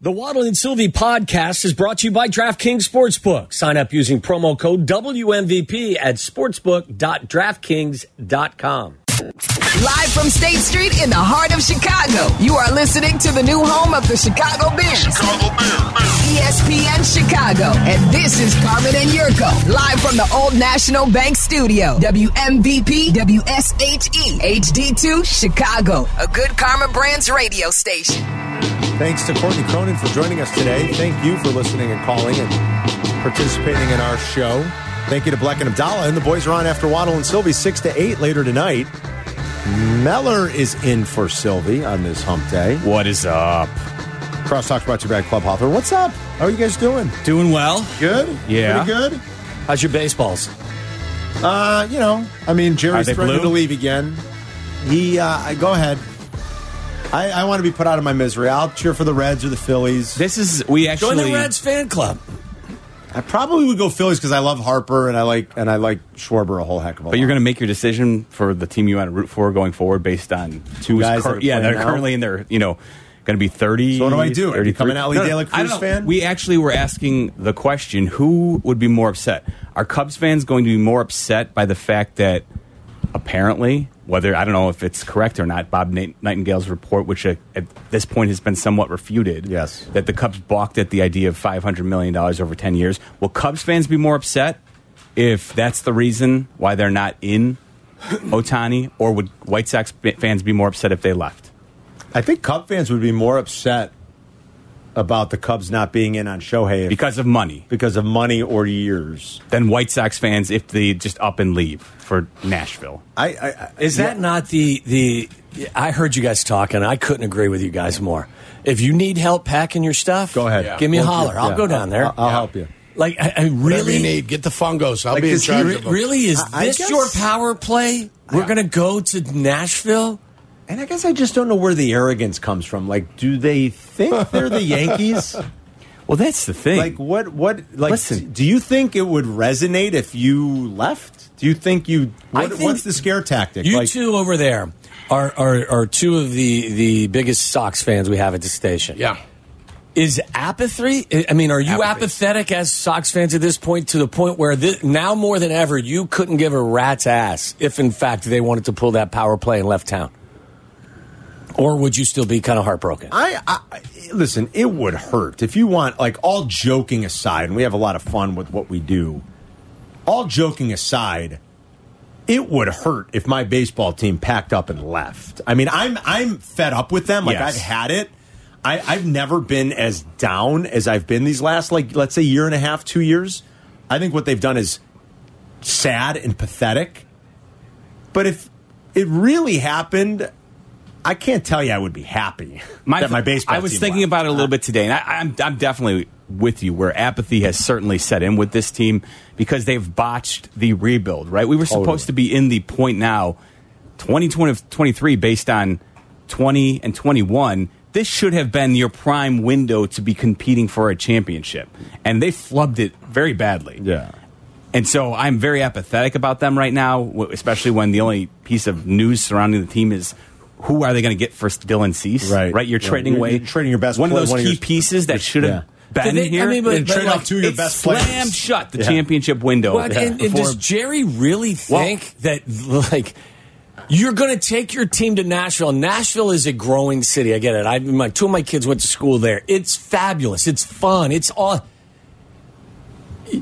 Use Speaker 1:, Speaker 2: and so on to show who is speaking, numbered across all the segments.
Speaker 1: The Waddle and Sylvie podcast is brought to you by DraftKings Sportsbook. Sign up using promo code WMVP at sportsbook.draftkings.com.
Speaker 2: Live from State Street in the heart of Chicago, you are listening to the new home of the Chicago Bears. E Chicago ESPN Chicago. And this is Carmen and Yurko, live from the Old National Bank Studio. WMVP WSHE HD2 Chicago, a good Karma Brands radio station.
Speaker 3: Thanks to Courtney Cronin for joining us today. Thank you for listening and calling and participating in our show. Thank you to Black and Abdallah. And the boys are on after Waddle and Sylvie, 6 to 8 later tonight. Meller is in for Sylvie on this hump day.
Speaker 4: What is up?
Speaker 3: Crosstalk's brought to you by Club Hopper. What's up? How are you guys doing?
Speaker 4: Doing well?
Speaker 3: Good?
Speaker 4: Yeah.
Speaker 3: Pretty good?
Speaker 1: How's your baseballs?
Speaker 3: Uh, you know, I mean,
Speaker 4: Are
Speaker 3: Jerry's
Speaker 4: they
Speaker 3: threatening
Speaker 4: blue?
Speaker 3: to leave again. He, uh, I- go ahead. I, I want to be put out of my misery. I'll cheer for the Reds or the Phillies.
Speaker 4: This is we actually
Speaker 1: Join the Reds fan club.
Speaker 3: I probably would go Phillies because I love Harper and I like and I like Schwarber a whole heck of a lot.
Speaker 4: But you're going to make your decision for the team you want to root for going forward based on two
Speaker 3: guys that are
Speaker 4: yeah,
Speaker 3: playing
Speaker 4: they're
Speaker 3: now?
Speaker 4: currently in their you know going to be thirty.
Speaker 3: So what do I do? Am I
Speaker 4: 33
Speaker 3: becoming an Ali De La
Speaker 4: I don't
Speaker 3: Cruz
Speaker 4: know.
Speaker 3: fan?
Speaker 4: We actually were asking the question: Who would be more upset? Are Cubs fans going to be more upset by the fact that apparently, whether I don't know if it's correct or not, Bob Nat- Nightingale's report, which uh, at this point has been somewhat refuted,
Speaker 3: Yes.
Speaker 4: that the Cubs balked at the idea of five hundred million dollars over ten years. Will Cubs fans be more upset if that's the reason why they're not in Otani, or would White Sox fa- fans be more upset if they left?
Speaker 3: I think Cub fans would be more upset about the Cubs not being in on Shohei if-
Speaker 4: Because of money.
Speaker 3: because of money or years.
Speaker 4: than White Sox fans if they just up and leave for Nashville.
Speaker 3: I, I, I
Speaker 1: Is that not the the? I heard you guys talking. I couldn't agree with you guys more. If you need help packing your stuff,
Speaker 3: Go ahead.
Speaker 1: Give me a
Speaker 3: We'll-
Speaker 1: holler. I'll
Speaker 3: yeah.
Speaker 1: go down there.
Speaker 3: I'll- I'll help you.
Speaker 1: Like I, I
Speaker 5: Whatever
Speaker 1: really
Speaker 5: you need, get the fungos. I'll
Speaker 3: Like,
Speaker 5: be in
Speaker 3: does he
Speaker 5: charge
Speaker 3: re-
Speaker 5: of them.
Speaker 1: Really, is
Speaker 3: I- I
Speaker 1: this
Speaker 3: guess-
Speaker 1: your power play? We're going to go to Nashville.
Speaker 3: and I guess I just don't know where the arrogance comes from. Like, do they think they're the Yankees?
Speaker 4: Well, that's the thing.
Speaker 3: Like, what? What? Like,
Speaker 4: Listen.
Speaker 3: do you think it would resonate if you left? Do you think you?
Speaker 1: I
Speaker 3: What,
Speaker 1: think
Speaker 3: what's the scare tactic?
Speaker 1: You
Speaker 3: like,
Speaker 1: two over there are, are are two of the the biggest Sox fans we have at the station.
Speaker 5: Yeah.
Speaker 1: Is apathy? I mean, are you
Speaker 5: Apathy.
Speaker 1: apathetic as Sox fans at this point to the point where this, now more than ever you couldn't give a rat's ass if in fact they wanted to pull that power play and left town? Or would you still be kind of heartbroken?
Speaker 3: I, I I- listen. It would hurt if you want. Like all joking aside, and we have a lot of fun with what we do. All joking aside, it would hurt if my baseball team packed up and left. I mean, I'm I'm fed up with them. Like
Speaker 4: Yes.
Speaker 3: I've had it. I, I've never been as down as I've been these last like let's say year and a half, two years. I think what they've done is sad and pathetic. But if it really happened, I can't tell you I would be happy that my baseball.
Speaker 4: I was
Speaker 3: team
Speaker 4: thinking
Speaker 3: left.
Speaker 4: about it a little bit today, and I, I'm I'm definitely with you where apathy has certainly set in with this team because they've botched the rebuild. Right, we were supposed to be in the point now, 2023 based on 20 and 21. This should have been your prime window to be competing for a championship, and they flubbed it very badly.
Speaker 3: Yeah.
Speaker 4: And so I'm very apathetic about them right now, w- especially when the only piece of news surrounding the team is who are they going to get for Dylan Cease?
Speaker 3: Right.
Speaker 4: Right. You're
Speaker 3: Yeah.
Speaker 4: trading
Speaker 3: You're-
Speaker 4: away
Speaker 3: you're trading your best
Speaker 4: one of
Speaker 3: player,
Speaker 4: those
Speaker 3: one of
Speaker 4: key
Speaker 3: your-
Speaker 4: pieces that should have
Speaker 3: Yeah.
Speaker 1: Did
Speaker 4: been
Speaker 1: they- I
Speaker 4: here.
Speaker 1: mean, but-
Speaker 4: and
Speaker 1: but
Speaker 4: trade
Speaker 1: like,
Speaker 4: off two of your
Speaker 1: it
Speaker 4: best
Speaker 1: slammed
Speaker 4: Slam shut the
Speaker 3: Yeah.
Speaker 4: championship window.
Speaker 1: What, and, and
Speaker 4: Oh, before-
Speaker 1: does Jerry really think that like you're going to take your team to Nashville? Nashville is a growing city. I get it. I my two of my kids went to school there. It's fabulous. It's fun. It's all.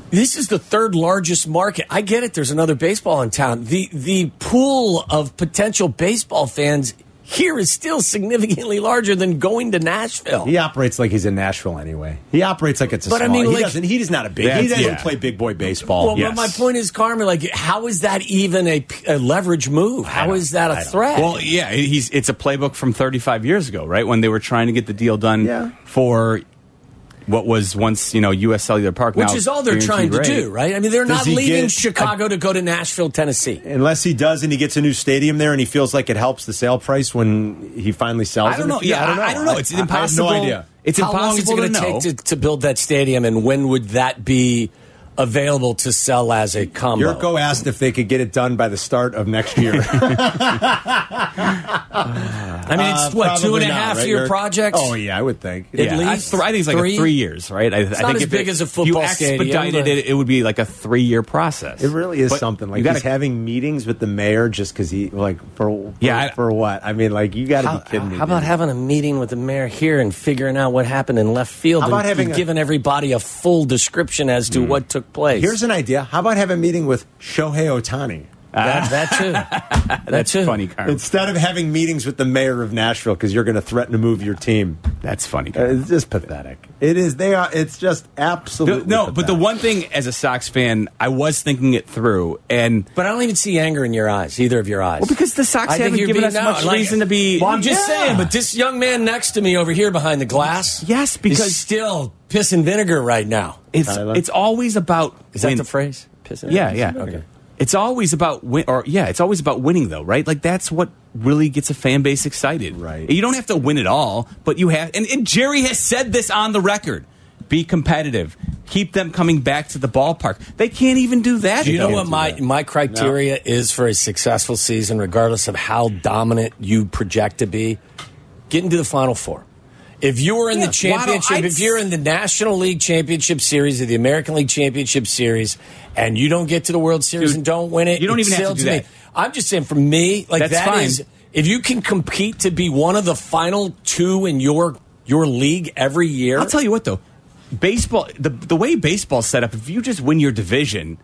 Speaker 1: This is the third largest market. I get it. There's another baseball in town. The the pool of potential baseball fans here is still significantly larger than going to Nashville.
Speaker 3: He operates like he's in Nashville anyway. He operates like it's a
Speaker 1: But I
Speaker 3: small.
Speaker 1: mean,
Speaker 3: he
Speaker 1: like-
Speaker 3: doesn't. He's not a big. He
Speaker 4: That's-
Speaker 3: doesn't
Speaker 4: yeah.
Speaker 3: play big boy baseball.
Speaker 1: Well, but my
Speaker 4: Yes.
Speaker 1: point is, Carmen, like, how is that even a, a leverage move? How
Speaker 4: don't-
Speaker 1: is that a
Speaker 3: I don't-
Speaker 1: threat?
Speaker 4: Well, yeah, he's it's a playbook from 35 years ago, right? When they were trying to get the deal done
Speaker 3: Yeah.
Speaker 4: for what was once you know U.S. Cellular Park,
Speaker 1: Which
Speaker 4: now
Speaker 1: is all they're trying
Speaker 4: guaranteed
Speaker 1: to
Speaker 4: rate.
Speaker 1: do, right? I mean, they're
Speaker 3: Does
Speaker 1: not
Speaker 3: he
Speaker 1: leaving
Speaker 3: get-
Speaker 1: Chicago to go to Nashville, Tennessee.
Speaker 3: Unless he does, and he gets a new stadium there, and he feels like it helps the sale price when he finally sells.
Speaker 4: I don't
Speaker 3: it.
Speaker 4: know. Yeah, I, I don't know. It's
Speaker 3: I- I have no
Speaker 4: impossible.
Speaker 3: idea.
Speaker 4: It's
Speaker 1: How long is it
Speaker 4: impossible
Speaker 1: gonna
Speaker 4: to know.
Speaker 1: take to, to build that stadium, and when would that be available to sell as a combo.
Speaker 3: Yurko asked if they could get it done by the start of next year.
Speaker 1: I mean,
Speaker 3: uh,
Speaker 1: it's what two and a half year project.
Speaker 3: Oh yeah, I would think.
Speaker 1: At
Speaker 4: yeah, I-
Speaker 1: least
Speaker 4: I, think it's like
Speaker 1: three?
Speaker 4: a three years, right? I, I think
Speaker 1: not as
Speaker 4: if
Speaker 1: big
Speaker 4: it-
Speaker 1: as a football
Speaker 4: you
Speaker 1: stadium,
Speaker 4: expedited
Speaker 1: but-
Speaker 4: it, it would be like a three year process.
Speaker 3: It really is
Speaker 4: But
Speaker 3: something. Like
Speaker 4: you gotta-
Speaker 3: he's having meetings with the mayor just because he like for
Speaker 4: Yeah,
Speaker 3: for,
Speaker 4: I-
Speaker 3: for what? I mean, like you got to
Speaker 1: How,
Speaker 3: be kidding me.
Speaker 1: how about
Speaker 3: dude.
Speaker 1: having a meeting with the mayor here and figuring out what happened in left field?
Speaker 3: How about
Speaker 1: and
Speaker 3: having a- Hmm.
Speaker 1: giving everybody a full description as to what took place?
Speaker 3: Here's an idea. How about having a meeting with Shohei Otani
Speaker 1: that, that too. That
Speaker 4: that's
Speaker 1: too.
Speaker 4: funny, Carm.
Speaker 3: instead of having meetings with the mayor of Nashville because you're going to threaten to move your team?
Speaker 4: that's funny.
Speaker 3: Uh, It's just pathetic. It is. They are. It's just absolutely
Speaker 4: no, but the
Speaker 3: pathetic.
Speaker 4: one thing as a Sox fan, I was thinking it through, and
Speaker 1: But I don't even see anger in your eyes, either of your eyes. Well,
Speaker 4: because the Sox haven't given us much reason to be-
Speaker 1: Well, I'm just
Speaker 4: Yeah.
Speaker 1: saying. But this young man next to me over here behind the glass,
Speaker 4: Yes, because-
Speaker 1: is still pissing vinegar right now.
Speaker 4: it's
Speaker 3: Tyler?
Speaker 4: it's always about
Speaker 1: Is that
Speaker 4: win-
Speaker 1: the phrase? Pissing.
Speaker 4: Yeah, yeah.
Speaker 1: vinegar? Okay.
Speaker 4: It's always about win, or yeah, it's always about winning, though, right? Like that's what really gets a fan base excited.
Speaker 3: Right.
Speaker 4: You don't have to win it all, but you have. And, and Jerry has said this on the record: be competitive, keep them coming back to the ballpark. They can't even do that.
Speaker 1: Do you know
Speaker 4: again.
Speaker 1: what my my criteria is for a successful season, regardless of how dominant you project to be? Getting to the Final Four. If you were in
Speaker 4: Yeah,
Speaker 1: the
Speaker 4: why don't
Speaker 1: championship,
Speaker 4: I-
Speaker 1: if you're in the National League Championship Series or the American League Championship Series, and you don't get to the World Series
Speaker 4: Dude,
Speaker 1: and don't win it,
Speaker 4: you don't
Speaker 1: it
Speaker 4: even have to
Speaker 1: still
Speaker 4: do
Speaker 1: me-
Speaker 4: that.
Speaker 1: I'm just saying, for me, like
Speaker 4: That's
Speaker 1: that
Speaker 4: fine.
Speaker 1: is- if you can compete to be one of the final two in your your league every year,
Speaker 4: I'll tell you what, though, baseball the the way baseball's set up, if you just win your division.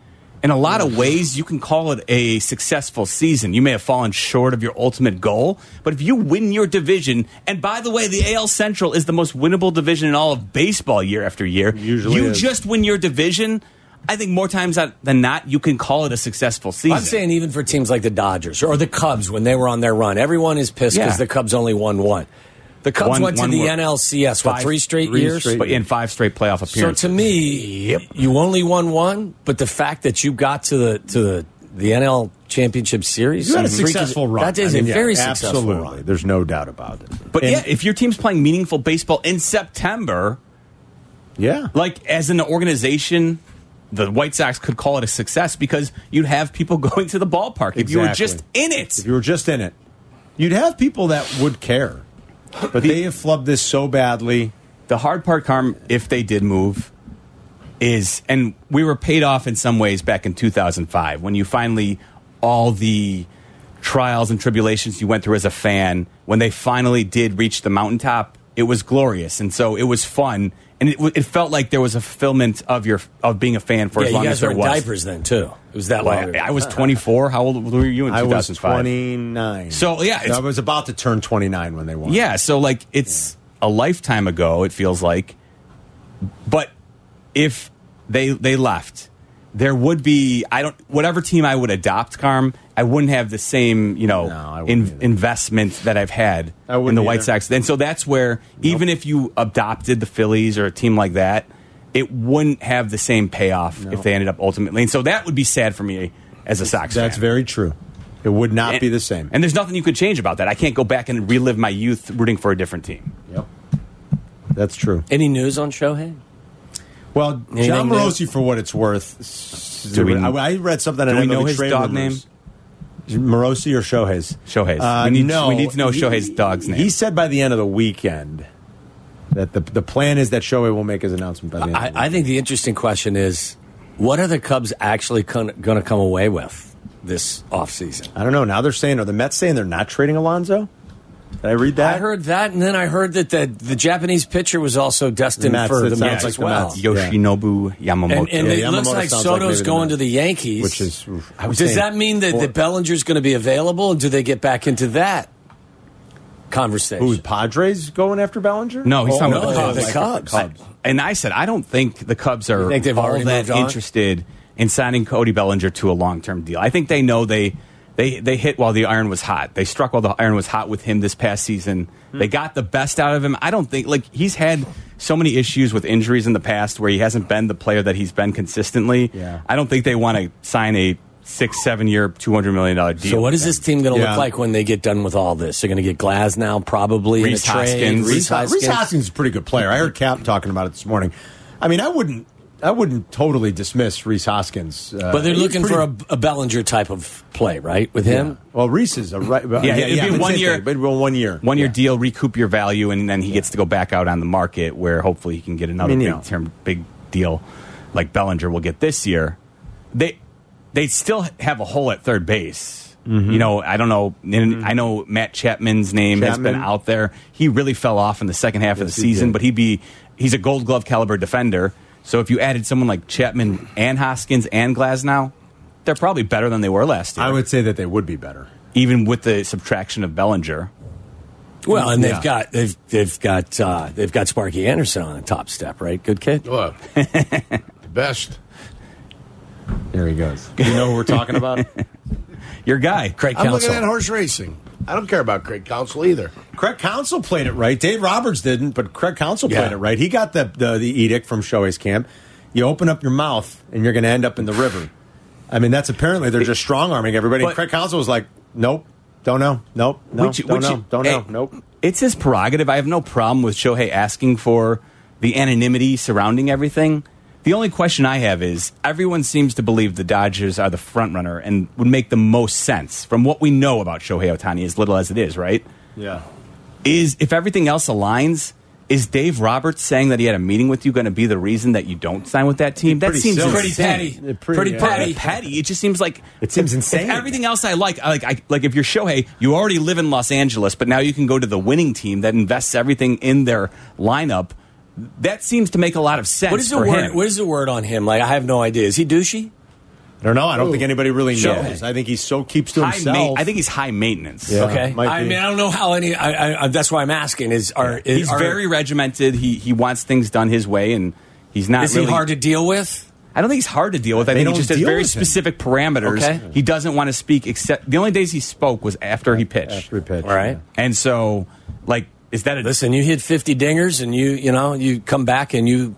Speaker 4: In a lot of ways, you can call it a successful season. You may have fallen short of your ultimate goal, but if you win your division, and by the way, the AL Central is the most winnable division in all of baseball year after year.
Speaker 3: Usually
Speaker 4: you
Speaker 3: is.
Speaker 4: just win your division. I think more times than not, you can call it a successful season.
Speaker 1: I'm saying even for teams like the Dodgers or the Cubs when they were on their run, everyone is pissed because
Speaker 4: Yeah.
Speaker 1: the Cubs only won one. The Cubs
Speaker 4: One-
Speaker 1: went to
Speaker 4: one
Speaker 1: the
Speaker 4: were-
Speaker 1: NLCS what
Speaker 4: Five-
Speaker 1: three straight
Speaker 3: three
Speaker 1: years.
Speaker 3: straight
Speaker 4: but in five straight playoff
Speaker 1: so
Speaker 4: appearances.
Speaker 1: to me, you only won one, but the fact that you got to the to the the NL Championship Series,
Speaker 3: You had a
Speaker 1: and freaking-
Speaker 3: successful run.
Speaker 1: That is
Speaker 3: I mean,
Speaker 1: a
Speaker 3: yeah,
Speaker 1: very successful
Speaker 3: absolutely.
Speaker 1: run.
Speaker 3: There's no doubt about it.
Speaker 4: but
Speaker 3: And-
Speaker 4: yeah, if your team's playing meaningful baseball in September,
Speaker 3: yeah,
Speaker 4: like as an organization the white sox could call it a success because you'd have people going to the ballpark if you were
Speaker 3: Exactly.
Speaker 4: just in it
Speaker 3: If you were just in it, you'd have people that would care. But they have flubbed this so badly.
Speaker 4: the hard part carm if they did move is and we were paid off in some ways back in 2005 when you finally all the trials and tribulations you went through as a fan when they finally did reach the mountaintop it was glorious and so it was fun and it, w- it felt like there was a fulfillment of your of being a fan for
Speaker 1: Yeah,
Speaker 4: as
Speaker 1: you
Speaker 4: long as
Speaker 1: guys
Speaker 4: there
Speaker 1: were in
Speaker 4: was
Speaker 1: diapers then too. It was that
Speaker 4: Well,
Speaker 1: long. ago.
Speaker 4: I, I was 24. How old were you in 2005?
Speaker 3: I was 29.
Speaker 4: So, yeah, it's-
Speaker 3: I was about to turn 29 when they won.
Speaker 4: Yeah, so like it's a lifetime ago. It feels like, but if they they left, there would be I don't whatever team I would adopt, Carm. I wouldn't have the same you know
Speaker 3: No, I wouldn't
Speaker 4: in,
Speaker 3: either.
Speaker 4: investment that I've had
Speaker 3: I
Speaker 4: in
Speaker 3: wouldn't
Speaker 4: the White
Speaker 3: either.
Speaker 4: Sox. And so that's where even if you adopted the Phillies or a team like that, it wouldn't have the same payoff if they ended up ultimately. And so that would be sad for me as a Sox fan.
Speaker 3: that's very true. It would not be the same.
Speaker 4: And there's nothing you could change about that. I can't go back and relive my youth rooting for a different team.
Speaker 3: yep. That's true.
Speaker 1: Any news on Shohei?
Speaker 3: Well, John
Speaker 1: Anything new?
Speaker 3: Morosi, for what it's worth,
Speaker 4: Do we-
Speaker 3: I, I read something. and
Speaker 4: do
Speaker 3: I
Speaker 4: we
Speaker 3: don't
Speaker 4: know
Speaker 3: the
Speaker 4: his
Speaker 3: trade
Speaker 4: dog
Speaker 3: rumors. Morosi or Shohei's?
Speaker 4: Shohei's.
Speaker 3: Uh,
Speaker 4: We need-
Speaker 3: no,
Speaker 4: we need to know
Speaker 3: He-
Speaker 4: Shohei's dog's name.
Speaker 3: He said by the end of the weekend that the the plan is that Shohei will make his announcement by the end. of the
Speaker 1: I, I think the interesting question is what are the Cubs actually con- going to come away with this offseason?
Speaker 3: I don't know. Now they're saying, are the Mets saying they're not trading Alonzo? Did I read that?
Speaker 1: I heard that, and then I heard that the, the Japanese pitcher was also destined
Speaker 3: The Mets,
Speaker 1: for
Speaker 3: it
Speaker 1: the
Speaker 3: sounds
Speaker 1: Mets
Speaker 3: like
Speaker 1: as
Speaker 3: the
Speaker 1: well.
Speaker 3: Mets.
Speaker 4: Yoshinobu Yamamoto.
Speaker 1: And, and
Speaker 3: Yeah,
Speaker 1: it
Speaker 3: Yamamoto
Speaker 1: looks like
Speaker 3: sounds like
Speaker 1: Soto's
Speaker 3: maybe the
Speaker 1: going
Speaker 3: Mets.
Speaker 1: to the Yankees,
Speaker 3: Which is- I was
Speaker 1: does
Speaker 3: saying-
Speaker 1: that mean that, that Bellinger's going to be available? And do they get back into that conversation?
Speaker 3: Who, Padres going after Bellinger?
Speaker 4: no, he's
Speaker 3: Oh,
Speaker 4: talking
Speaker 1: no,
Speaker 4: about the
Speaker 1: the
Speaker 4: Cubs.
Speaker 1: Cubs.
Speaker 4: And I said, I don't think the Cubs are
Speaker 1: think they've
Speaker 4: all
Speaker 1: already
Speaker 4: that
Speaker 1: moved on?
Speaker 4: interested in signing Cody Bellinger to a long term deal. I think they know they. They, they hit while the iron was hot. They struck while the iron was hot with him this past season.
Speaker 1: Hmm.
Speaker 4: They got the best out of him. I don't think like he's had so many issues with injuries in the past where he hasn't been the player that he's been consistently.
Speaker 3: Yeah.
Speaker 4: I don't think they want to sign a six seven year two hundred million dollar deal.
Speaker 1: So what is this team going to
Speaker 3: Yeah.
Speaker 1: look like when they get done with all this? They're going to get Glass now, probably
Speaker 4: Reese
Speaker 1: in a trade.
Speaker 4: Hoskins.
Speaker 1: Reese
Speaker 3: Reese Hoskins.
Speaker 1: Hoskins.
Speaker 3: Reese Hoskins is a pretty good player. I heard Cap talking about it this morning. I mean, I wouldn't I wouldn't totally dismiss Reese Hoskins, uh,
Speaker 1: But they're
Speaker 3: he's
Speaker 1: looking
Speaker 3: pretty-
Speaker 1: for a, a Bellinger type of play, right? With
Speaker 3: Yeah.
Speaker 1: him,
Speaker 3: Well, Reese is a right.
Speaker 4: Yeah, it'd be
Speaker 3: but
Speaker 4: one
Speaker 3: same
Speaker 4: year-
Speaker 3: thing, But well, one year.
Speaker 4: One year deal, recoup your value, and then he gets to go back out on the market where hopefully he can get another
Speaker 3: I mean, you know.
Speaker 4: big term, big deal like Bellinger will get this year. They they still have a hole at third base.
Speaker 3: Mm-hmm.
Speaker 4: You know, I don't know. and I know Matt Chapman's name has
Speaker 3: Chapman.
Speaker 4: been out there. He really fell off in the second half of the
Speaker 3: Yes, he
Speaker 4: season,
Speaker 3: did.
Speaker 4: but he'd be he's a Gold Glove caliber defender. So if you added someone like Chapman and Hoskins and Glasnow, they're probably better than they were last year.
Speaker 3: I would say that they would be better.
Speaker 4: even with the subtraction of Bellinger.
Speaker 1: well, and
Speaker 3: Yeah.
Speaker 1: they've got they've they've got uh, they've got Sparky Anderson on the top step, right? Good kid.
Speaker 5: Look, best.
Speaker 3: There he goes. You know who we're talking about?
Speaker 4: Your guy,
Speaker 1: Craig
Speaker 5: I'm looking
Speaker 1: Counsell.
Speaker 5: at horse racing. I don't care about Craig Council either.
Speaker 3: Craig Council played it right. Dave Roberts didn't, but Craig Council
Speaker 1: Yeah.
Speaker 3: played it right. He got the, the the edict from Shohei's camp. You open up your mouth, and you're going to end up in the river. I mean, that's apparently they're just strong arming everybody.
Speaker 4: But-
Speaker 3: and Craig Council was like, "Nope, don't know, nope, no,
Speaker 4: Would you-
Speaker 3: don't
Speaker 4: would
Speaker 3: know,
Speaker 4: you- eh,
Speaker 3: don't
Speaker 4: hey,
Speaker 3: know, nope."
Speaker 4: It's his prerogative. I have no problem with Shohei asking for the anonymity surrounding everything. The only question I have is everyone seems to believe the Dodgers are the front runner and would make the most sense from what we know about Shohei Otani, as little as it is, right?
Speaker 3: Yeah.
Speaker 4: Is if everything else aligns, is Dave Roberts saying that he had a meeting with you going to be the reason that you don't sign with that team? That
Speaker 3: Pretty
Speaker 4: seems
Speaker 3: silly.
Speaker 1: Pretty
Speaker 4: insane.
Speaker 1: petty.
Speaker 3: Yeah, pretty,
Speaker 1: Pretty
Speaker 3: yeah.
Speaker 1: petty.
Speaker 4: petty. It just seems like
Speaker 3: It seems insane.
Speaker 4: If everything else I like, I like, I, like if you're Shohei, you already live in Los Angeles, but now you can go to the winning team that invests everything in their lineup. That seems to make a lot of sense.
Speaker 1: What is the
Speaker 4: for
Speaker 1: word?
Speaker 4: him.
Speaker 1: What is the word on him? Like I have no idea. Is he douchey?
Speaker 3: I don't know. I don't think anybody really knows.
Speaker 1: Shohei.
Speaker 3: I think he so keeps to
Speaker 4: high ma-
Speaker 3: himself.
Speaker 4: I think he's high maintenance.
Speaker 3: Yeah.
Speaker 1: okay.
Speaker 3: might
Speaker 1: I
Speaker 3: be.
Speaker 1: mean, I don't know how any. I, I, I, that's why I'm asking. Is are is,
Speaker 4: He's
Speaker 1: are-
Speaker 4: very regimented. He he wants things done his way, and he's not.
Speaker 1: Is
Speaker 4: really,
Speaker 1: he hard to deal with?
Speaker 4: I don't think he's hard to deal with. I
Speaker 3: They
Speaker 4: think
Speaker 3: don't
Speaker 4: he just has
Speaker 3: deal
Speaker 4: very
Speaker 3: with him.
Speaker 4: specific parameters.
Speaker 1: Okay.
Speaker 4: He doesn't want to speak. Except the only days he spoke was after he pitched.
Speaker 3: After he pitched,
Speaker 1: All right.
Speaker 4: And so, like, is that a
Speaker 1: Listen, you hit 50 dingers and you, you know, you come back and you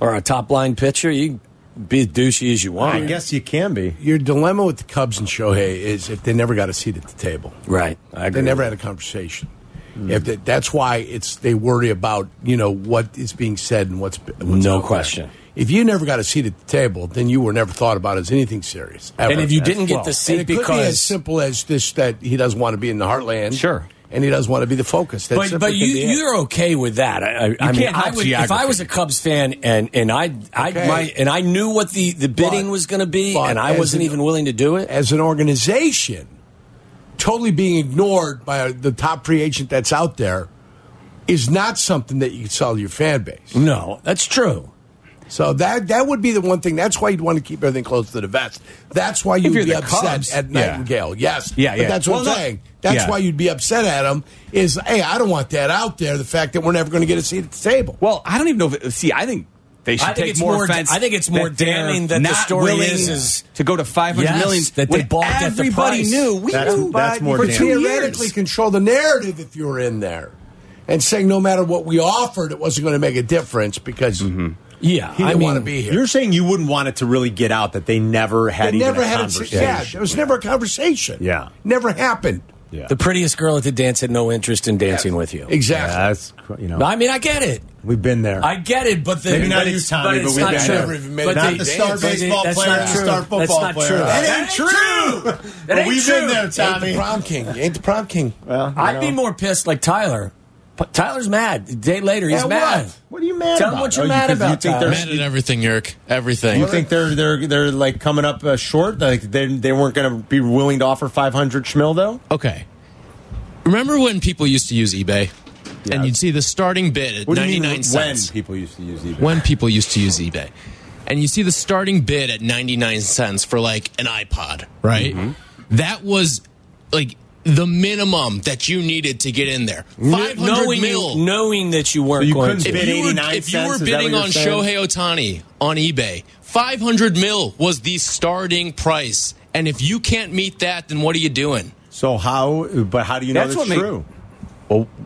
Speaker 1: are a top line pitcher, you be as douchey as you
Speaker 3: yeah.
Speaker 1: want.
Speaker 3: I guess you can be.
Speaker 5: Your dilemma with the Cubs and Shohei is if they never got a seat at the table.
Speaker 1: Right. I agree.
Speaker 5: They never had a conversation. If they, that's why it's they worry about you know what is being said and what's, what's
Speaker 1: No
Speaker 5: out there.
Speaker 1: question.
Speaker 5: If you never got a seat at the table, then you were never thought about as anything serious. Ever.
Speaker 1: and if you didn't get the
Speaker 5: And
Speaker 1: seat
Speaker 5: it could be as
Speaker 1: because.
Speaker 5: simple as this that he doesn't want to be in the heartland.
Speaker 4: Sure.
Speaker 5: And he doesn't want to be the focus. That
Speaker 1: But,
Speaker 5: simply
Speaker 1: but
Speaker 5: could
Speaker 1: you
Speaker 5: be it.
Speaker 1: you're okay with that. I, I, I mean,
Speaker 4: can't
Speaker 1: I
Speaker 4: help
Speaker 1: would, if I
Speaker 4: geography.
Speaker 1: was a Cubs fan and and I I
Speaker 5: Okay.
Speaker 1: my, and I knew what the, the bidding
Speaker 5: But-
Speaker 1: was going to be
Speaker 5: but
Speaker 1: and I
Speaker 5: as
Speaker 1: wasn't
Speaker 5: an-
Speaker 1: even willing to do it.
Speaker 5: as an organization totally being ignored by the top free agent that's out there is not something that you can sell to your fan base.
Speaker 1: No, that's true.
Speaker 5: So that that would be the one thing. That's why you'd want to keep everything close to the vest. That's why you'd
Speaker 4: you're
Speaker 5: be
Speaker 4: the
Speaker 5: upset
Speaker 4: Cubs,
Speaker 5: at
Speaker 4: yeah.
Speaker 5: Nightingale. Yes.
Speaker 4: Yeah, yeah.
Speaker 5: But that's what
Speaker 4: Well,
Speaker 5: I'm
Speaker 4: no-
Speaker 5: saying. That's
Speaker 4: yeah.
Speaker 5: why you'd be upset at him is, hey, I don't want that out there, the fact that we're never going to get a seat at the table.
Speaker 4: Well, I don't even know. If it, see, I think they should
Speaker 1: I think
Speaker 4: take
Speaker 1: it's
Speaker 4: more,
Speaker 1: more-
Speaker 4: offense.
Speaker 1: I think it's more
Speaker 4: that they're
Speaker 1: damning that the
Speaker 4: not
Speaker 1: story
Speaker 4: willing
Speaker 1: is- is-
Speaker 4: to go to five hundred
Speaker 1: Yes,
Speaker 4: million
Speaker 1: that they
Speaker 4: when
Speaker 1: balked at the
Speaker 4: everybody
Speaker 1: price.
Speaker 4: knew. We
Speaker 3: That's-
Speaker 4: knew
Speaker 3: that's
Speaker 4: by-
Speaker 3: more
Speaker 4: for
Speaker 5: But
Speaker 3: damning.
Speaker 4: two
Speaker 5: theoretically
Speaker 4: years.
Speaker 5: control the narrative if you were in there and saying no matter what we offered, it wasn't going to make a difference because
Speaker 3: Mm-hmm.
Speaker 1: Yeah,
Speaker 5: he
Speaker 1: I
Speaker 5: didn't
Speaker 1: mean,
Speaker 5: want to be here.
Speaker 3: You're saying you wouldn't want it to really get out that they never had
Speaker 5: they
Speaker 3: even
Speaker 5: never
Speaker 3: a
Speaker 5: had a
Speaker 3: conversation.
Speaker 5: yeah. There was never a conversation.
Speaker 3: Yeah.
Speaker 5: never happened.
Speaker 3: Yeah.
Speaker 1: The prettiest girl at the dance had no interest in dancing with you.
Speaker 5: Exactly.
Speaker 3: That's cr- you know
Speaker 1: I mean, I get it.
Speaker 3: we've been there.
Speaker 1: I get it, but the,
Speaker 3: Maybe not
Speaker 1: but
Speaker 3: you,
Speaker 1: it's-
Speaker 3: Tommy,
Speaker 1: but
Speaker 3: but
Speaker 1: it's
Speaker 3: we've
Speaker 1: not
Speaker 3: been
Speaker 1: true.
Speaker 3: there.
Speaker 5: Never even made
Speaker 1: But
Speaker 5: it.
Speaker 1: they-
Speaker 5: Not the
Speaker 1: they-
Speaker 5: star
Speaker 1: they-
Speaker 3: baseball
Speaker 1: that's
Speaker 3: player,
Speaker 1: not
Speaker 3: the
Speaker 1: true.
Speaker 3: star
Speaker 1: That's
Speaker 3: football
Speaker 1: not
Speaker 3: player.
Speaker 1: true.
Speaker 3: That
Speaker 1: That
Speaker 3: ain't
Speaker 1: ain't
Speaker 3: true.
Speaker 1: true. That
Speaker 3: But
Speaker 1: ain't
Speaker 3: we've been
Speaker 1: true.
Speaker 3: there, Tommy.
Speaker 5: Ain't the prom king. Ain't the prom king.
Speaker 3: Well,
Speaker 1: I'd be more pissed like Tyler. But Tyler's mad. A day later, he's
Speaker 3: At
Speaker 1: mad.
Speaker 3: what? What are you mad
Speaker 1: Tell
Speaker 3: about?
Speaker 1: him what you're
Speaker 3: Oh, you-
Speaker 1: mad
Speaker 3: 'cause you
Speaker 1: about.
Speaker 3: think
Speaker 1: Tyler.
Speaker 3: they're-
Speaker 6: Mad at everything, Yerk. Everything.
Speaker 3: You think they're they're they're like coming up uh, short? Like they they weren't going to be willing to offer five hundred schmil though.
Speaker 6: Okay. Remember when people used to use eBay?
Speaker 3: Yeah.
Speaker 6: And you'd see the starting bid at
Speaker 3: What do you
Speaker 6: 99
Speaker 3: mean when
Speaker 6: cents.
Speaker 3: people used to use eBay?
Speaker 6: when people used to use eBay. And you see the starting bid at 99 cents for like an iPod, right?
Speaker 3: Mm-hmm.
Speaker 6: That was like the minimum that you needed to get in there. 500
Speaker 1: knowing
Speaker 6: mil.
Speaker 1: You, knowing that you weren't
Speaker 3: So you
Speaker 1: going
Speaker 3: couldn't
Speaker 1: to.
Speaker 3: bid
Speaker 6: if you, were,
Speaker 3: 89
Speaker 6: if you
Speaker 3: cents,
Speaker 6: were
Speaker 3: is that
Speaker 6: bidding
Speaker 3: what
Speaker 6: on
Speaker 3: you're saying?
Speaker 6: Shohei Otani on eBay, 500 mil was the starting price. And if you can't meet that, then what are you doing?
Speaker 3: so how? But how do you
Speaker 4: That's
Speaker 3: know
Speaker 4: what
Speaker 3: that's
Speaker 4: make-
Speaker 3: true?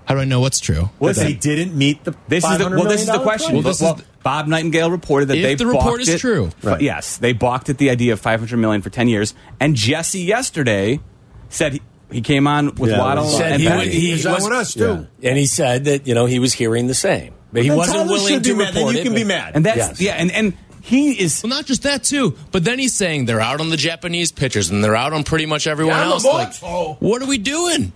Speaker 6: How do I know what's true?
Speaker 3: Well, they didn't meet the.
Speaker 4: This is the,
Speaker 3: $500
Speaker 4: well. This is the
Speaker 3: million
Speaker 4: question.
Speaker 3: price.
Speaker 6: Well, this is
Speaker 4: Well,
Speaker 6: the-
Speaker 4: Bob Nightingale reported that
Speaker 6: If
Speaker 4: they
Speaker 6: the report
Speaker 4: balked
Speaker 6: is
Speaker 4: it-
Speaker 6: true.
Speaker 3: Right.
Speaker 4: Yes, they balked at the idea of 500 million for 10 years. And Jesse yesterday said he, he came on with
Speaker 3: Yeah,
Speaker 4: Waddle
Speaker 3: said
Speaker 4: and
Speaker 1: he
Speaker 4: Patty.
Speaker 1: would- he
Speaker 5: He's on
Speaker 1: was-
Speaker 5: with us too.
Speaker 1: And he said that you know he was hearing the same, but he
Speaker 3: Then
Speaker 1: wasn't
Speaker 3: Tyler
Speaker 1: willing
Speaker 3: should be
Speaker 1: to
Speaker 3: mad. Then
Speaker 1: report
Speaker 3: you
Speaker 1: it,
Speaker 3: can
Speaker 1: but-
Speaker 3: be mad.
Speaker 4: And that's
Speaker 1: Yes.
Speaker 4: yeah, and and He is
Speaker 6: Well, not just that too, but then he's saying they're out on the Japanese pitchers and they're out on pretty much everyone
Speaker 5: Yeah, I'm a
Speaker 6: else. Like,
Speaker 1: Oh.
Speaker 5: bozo.
Speaker 6: what are we doing?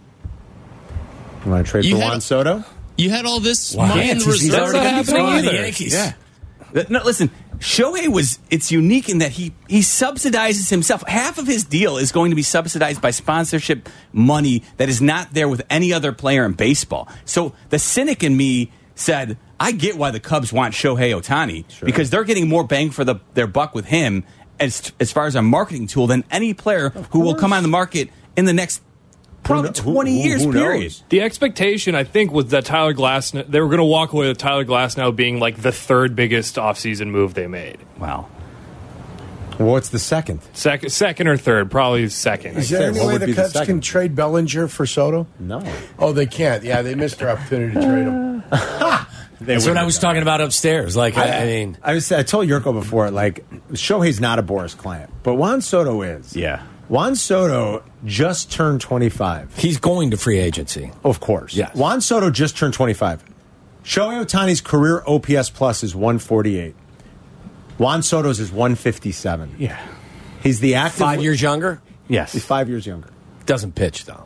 Speaker 3: You want to trade
Speaker 6: You
Speaker 3: for
Speaker 6: had-
Speaker 3: Juan Soto?
Speaker 6: You had all this money in the
Speaker 1: He's
Speaker 6: reserve.
Speaker 1: already got the money in the
Speaker 4: either.
Speaker 1: Yankees.
Speaker 4: Yeah. Th- No, listen. Shohei was it's unique in that he he subsidizes himself. Half of his deal is going to be subsidized by sponsorship money that is not there with any other player in baseball. So the cynic in me said, I get why the Cubs want Shohei Otani because they're getting more bang for the, their buck with him as as far as a marketing tool than any player who will come on the market in the next probably
Speaker 3: kno- who-
Speaker 4: 20
Speaker 3: who-
Speaker 4: years
Speaker 3: who
Speaker 4: period.
Speaker 3: knows?
Speaker 7: The expectation, I think, was that Tyler Glass they were going to walk away with Tyler Glass now being like the third biggest offseason move they made.
Speaker 4: Wow.
Speaker 3: Well, what's the second?
Speaker 7: Second, second or third, probably second.
Speaker 5: Is
Speaker 3: I'd
Speaker 5: there
Speaker 3: say,
Speaker 5: any
Speaker 3: what
Speaker 5: way
Speaker 3: would
Speaker 5: the
Speaker 3: be the
Speaker 5: Cubs can
Speaker 3: second?
Speaker 5: trade Bellinger for Soto?
Speaker 3: No.
Speaker 5: Oh, they can't. Yeah, they missed their opportunity to trade him.
Speaker 1: That's what I was talking about upstairs. Like, I, I mean,
Speaker 3: I was I told Yurko before, like Shohei's not a Boris client, but Juan Soto is.
Speaker 4: Yeah.
Speaker 3: Juan Soto just turned twenty five.
Speaker 1: he's going to free agency.
Speaker 3: Of course.
Speaker 1: Yes.
Speaker 3: Juan Soto just turned 25. Shohei Otani's career OPS plus is 148. Juan Soto's is 157.
Speaker 4: Yeah.
Speaker 3: He's the active.
Speaker 1: Five years younger?
Speaker 3: He's
Speaker 4: Yes.
Speaker 3: five years younger.
Speaker 1: Doesn't pitch, though.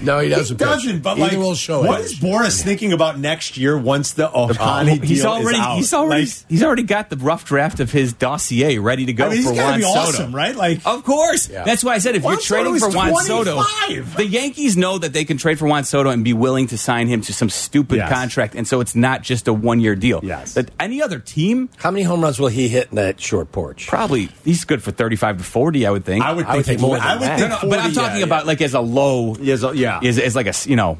Speaker 5: No, he doesn't. pitch. Neither will show
Speaker 3: what is Boris thinking about next year once the Otani deal
Speaker 4: he's already
Speaker 3: is out?
Speaker 4: he's already
Speaker 3: Like,
Speaker 4: he's already got the rough draft of his dossier ready to go
Speaker 3: I mean,
Speaker 4: for
Speaker 3: he's got
Speaker 4: Juan
Speaker 3: to be
Speaker 4: Soto. Oh,
Speaker 3: awesome, right? Like,
Speaker 4: Of course.
Speaker 5: Yeah.
Speaker 4: That's why I said if
Speaker 3: Juan
Speaker 4: you're
Speaker 3: Soto
Speaker 4: trading for
Speaker 3: is
Speaker 4: Juan Soto,
Speaker 3: 25.
Speaker 4: the Yankees know that they can trade for Juan Soto and be willing to sign him to some stupid
Speaker 3: Yes.
Speaker 4: contract, and so it's not just a one year deal.
Speaker 3: Yes.
Speaker 4: That any other team
Speaker 1: How many home runs will he hit in that short porch?
Speaker 4: probably he's good for thirty five to forty, I would think.
Speaker 3: I would
Speaker 1: I would think
Speaker 3: think, he
Speaker 1: more
Speaker 3: would-
Speaker 1: than
Speaker 3: I would
Speaker 1: that.
Speaker 3: think
Speaker 4: No, no, but I'm
Speaker 3: 40, yeah,
Speaker 4: talking
Speaker 3: yeah.
Speaker 4: about like as a low
Speaker 3: Yes, uh, yeah.
Speaker 4: is as like a s- you know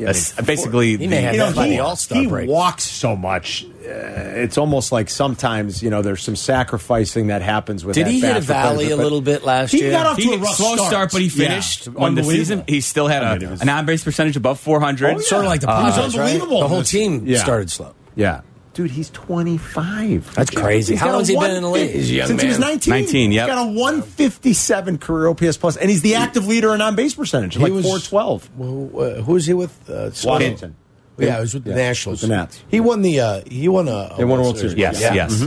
Speaker 4: a s-
Speaker 3: I mean,
Speaker 4: basically
Speaker 1: He may have
Speaker 3: you know,
Speaker 1: that by
Speaker 3: he,
Speaker 1: the All Star
Speaker 3: he
Speaker 1: break.
Speaker 3: walks so much. Uh, it's almost like sometimes you know there's some sacrificing that happens with.
Speaker 1: Did
Speaker 3: that
Speaker 1: he hit
Speaker 3: bat
Speaker 1: a
Speaker 3: for Predator,
Speaker 1: valley a
Speaker 3: but
Speaker 1: little bit last
Speaker 3: he
Speaker 1: year?
Speaker 3: Got off
Speaker 4: He
Speaker 3: to a
Speaker 4: hit
Speaker 3: rough
Speaker 4: slow start, but he
Speaker 3: Yeah.
Speaker 4: finished on the
Speaker 3: Unbelievable.
Speaker 4: season. He still had a,
Speaker 3: I mean, it was-
Speaker 4: an on-base percentage above 400.
Speaker 3: Oh, yeah.
Speaker 1: Sort of like the
Speaker 3: Uh,
Speaker 1: Padres,
Speaker 3: it was unbelievable.
Speaker 1: right? The whole team
Speaker 3: Yeah.
Speaker 1: started slow.
Speaker 3: Yeah, dude, he's 25.
Speaker 1: That's crazy.
Speaker 3: He's
Speaker 1: How
Speaker 3: got
Speaker 1: long
Speaker 3: a
Speaker 1: has he
Speaker 3: one-
Speaker 1: been in the league? He's a young
Speaker 3: Since he was
Speaker 1: man.
Speaker 3: 19.
Speaker 4: 19, yep.
Speaker 3: He's got a 157 career OPS plus, and he's the active leader in on-base percentage, like
Speaker 5: was-
Speaker 3: 412.
Speaker 5: Who, uh, who is he with? Uh, Soto.
Speaker 3: Washington.
Speaker 5: Yeah, he was with the
Speaker 3: Yeah,
Speaker 5: Nationals.
Speaker 3: with the Nats.
Speaker 5: He won the. Uh, he won a.
Speaker 3: They won a World Series.
Speaker 4: Yes,
Speaker 5: Yeah.
Speaker 4: yes.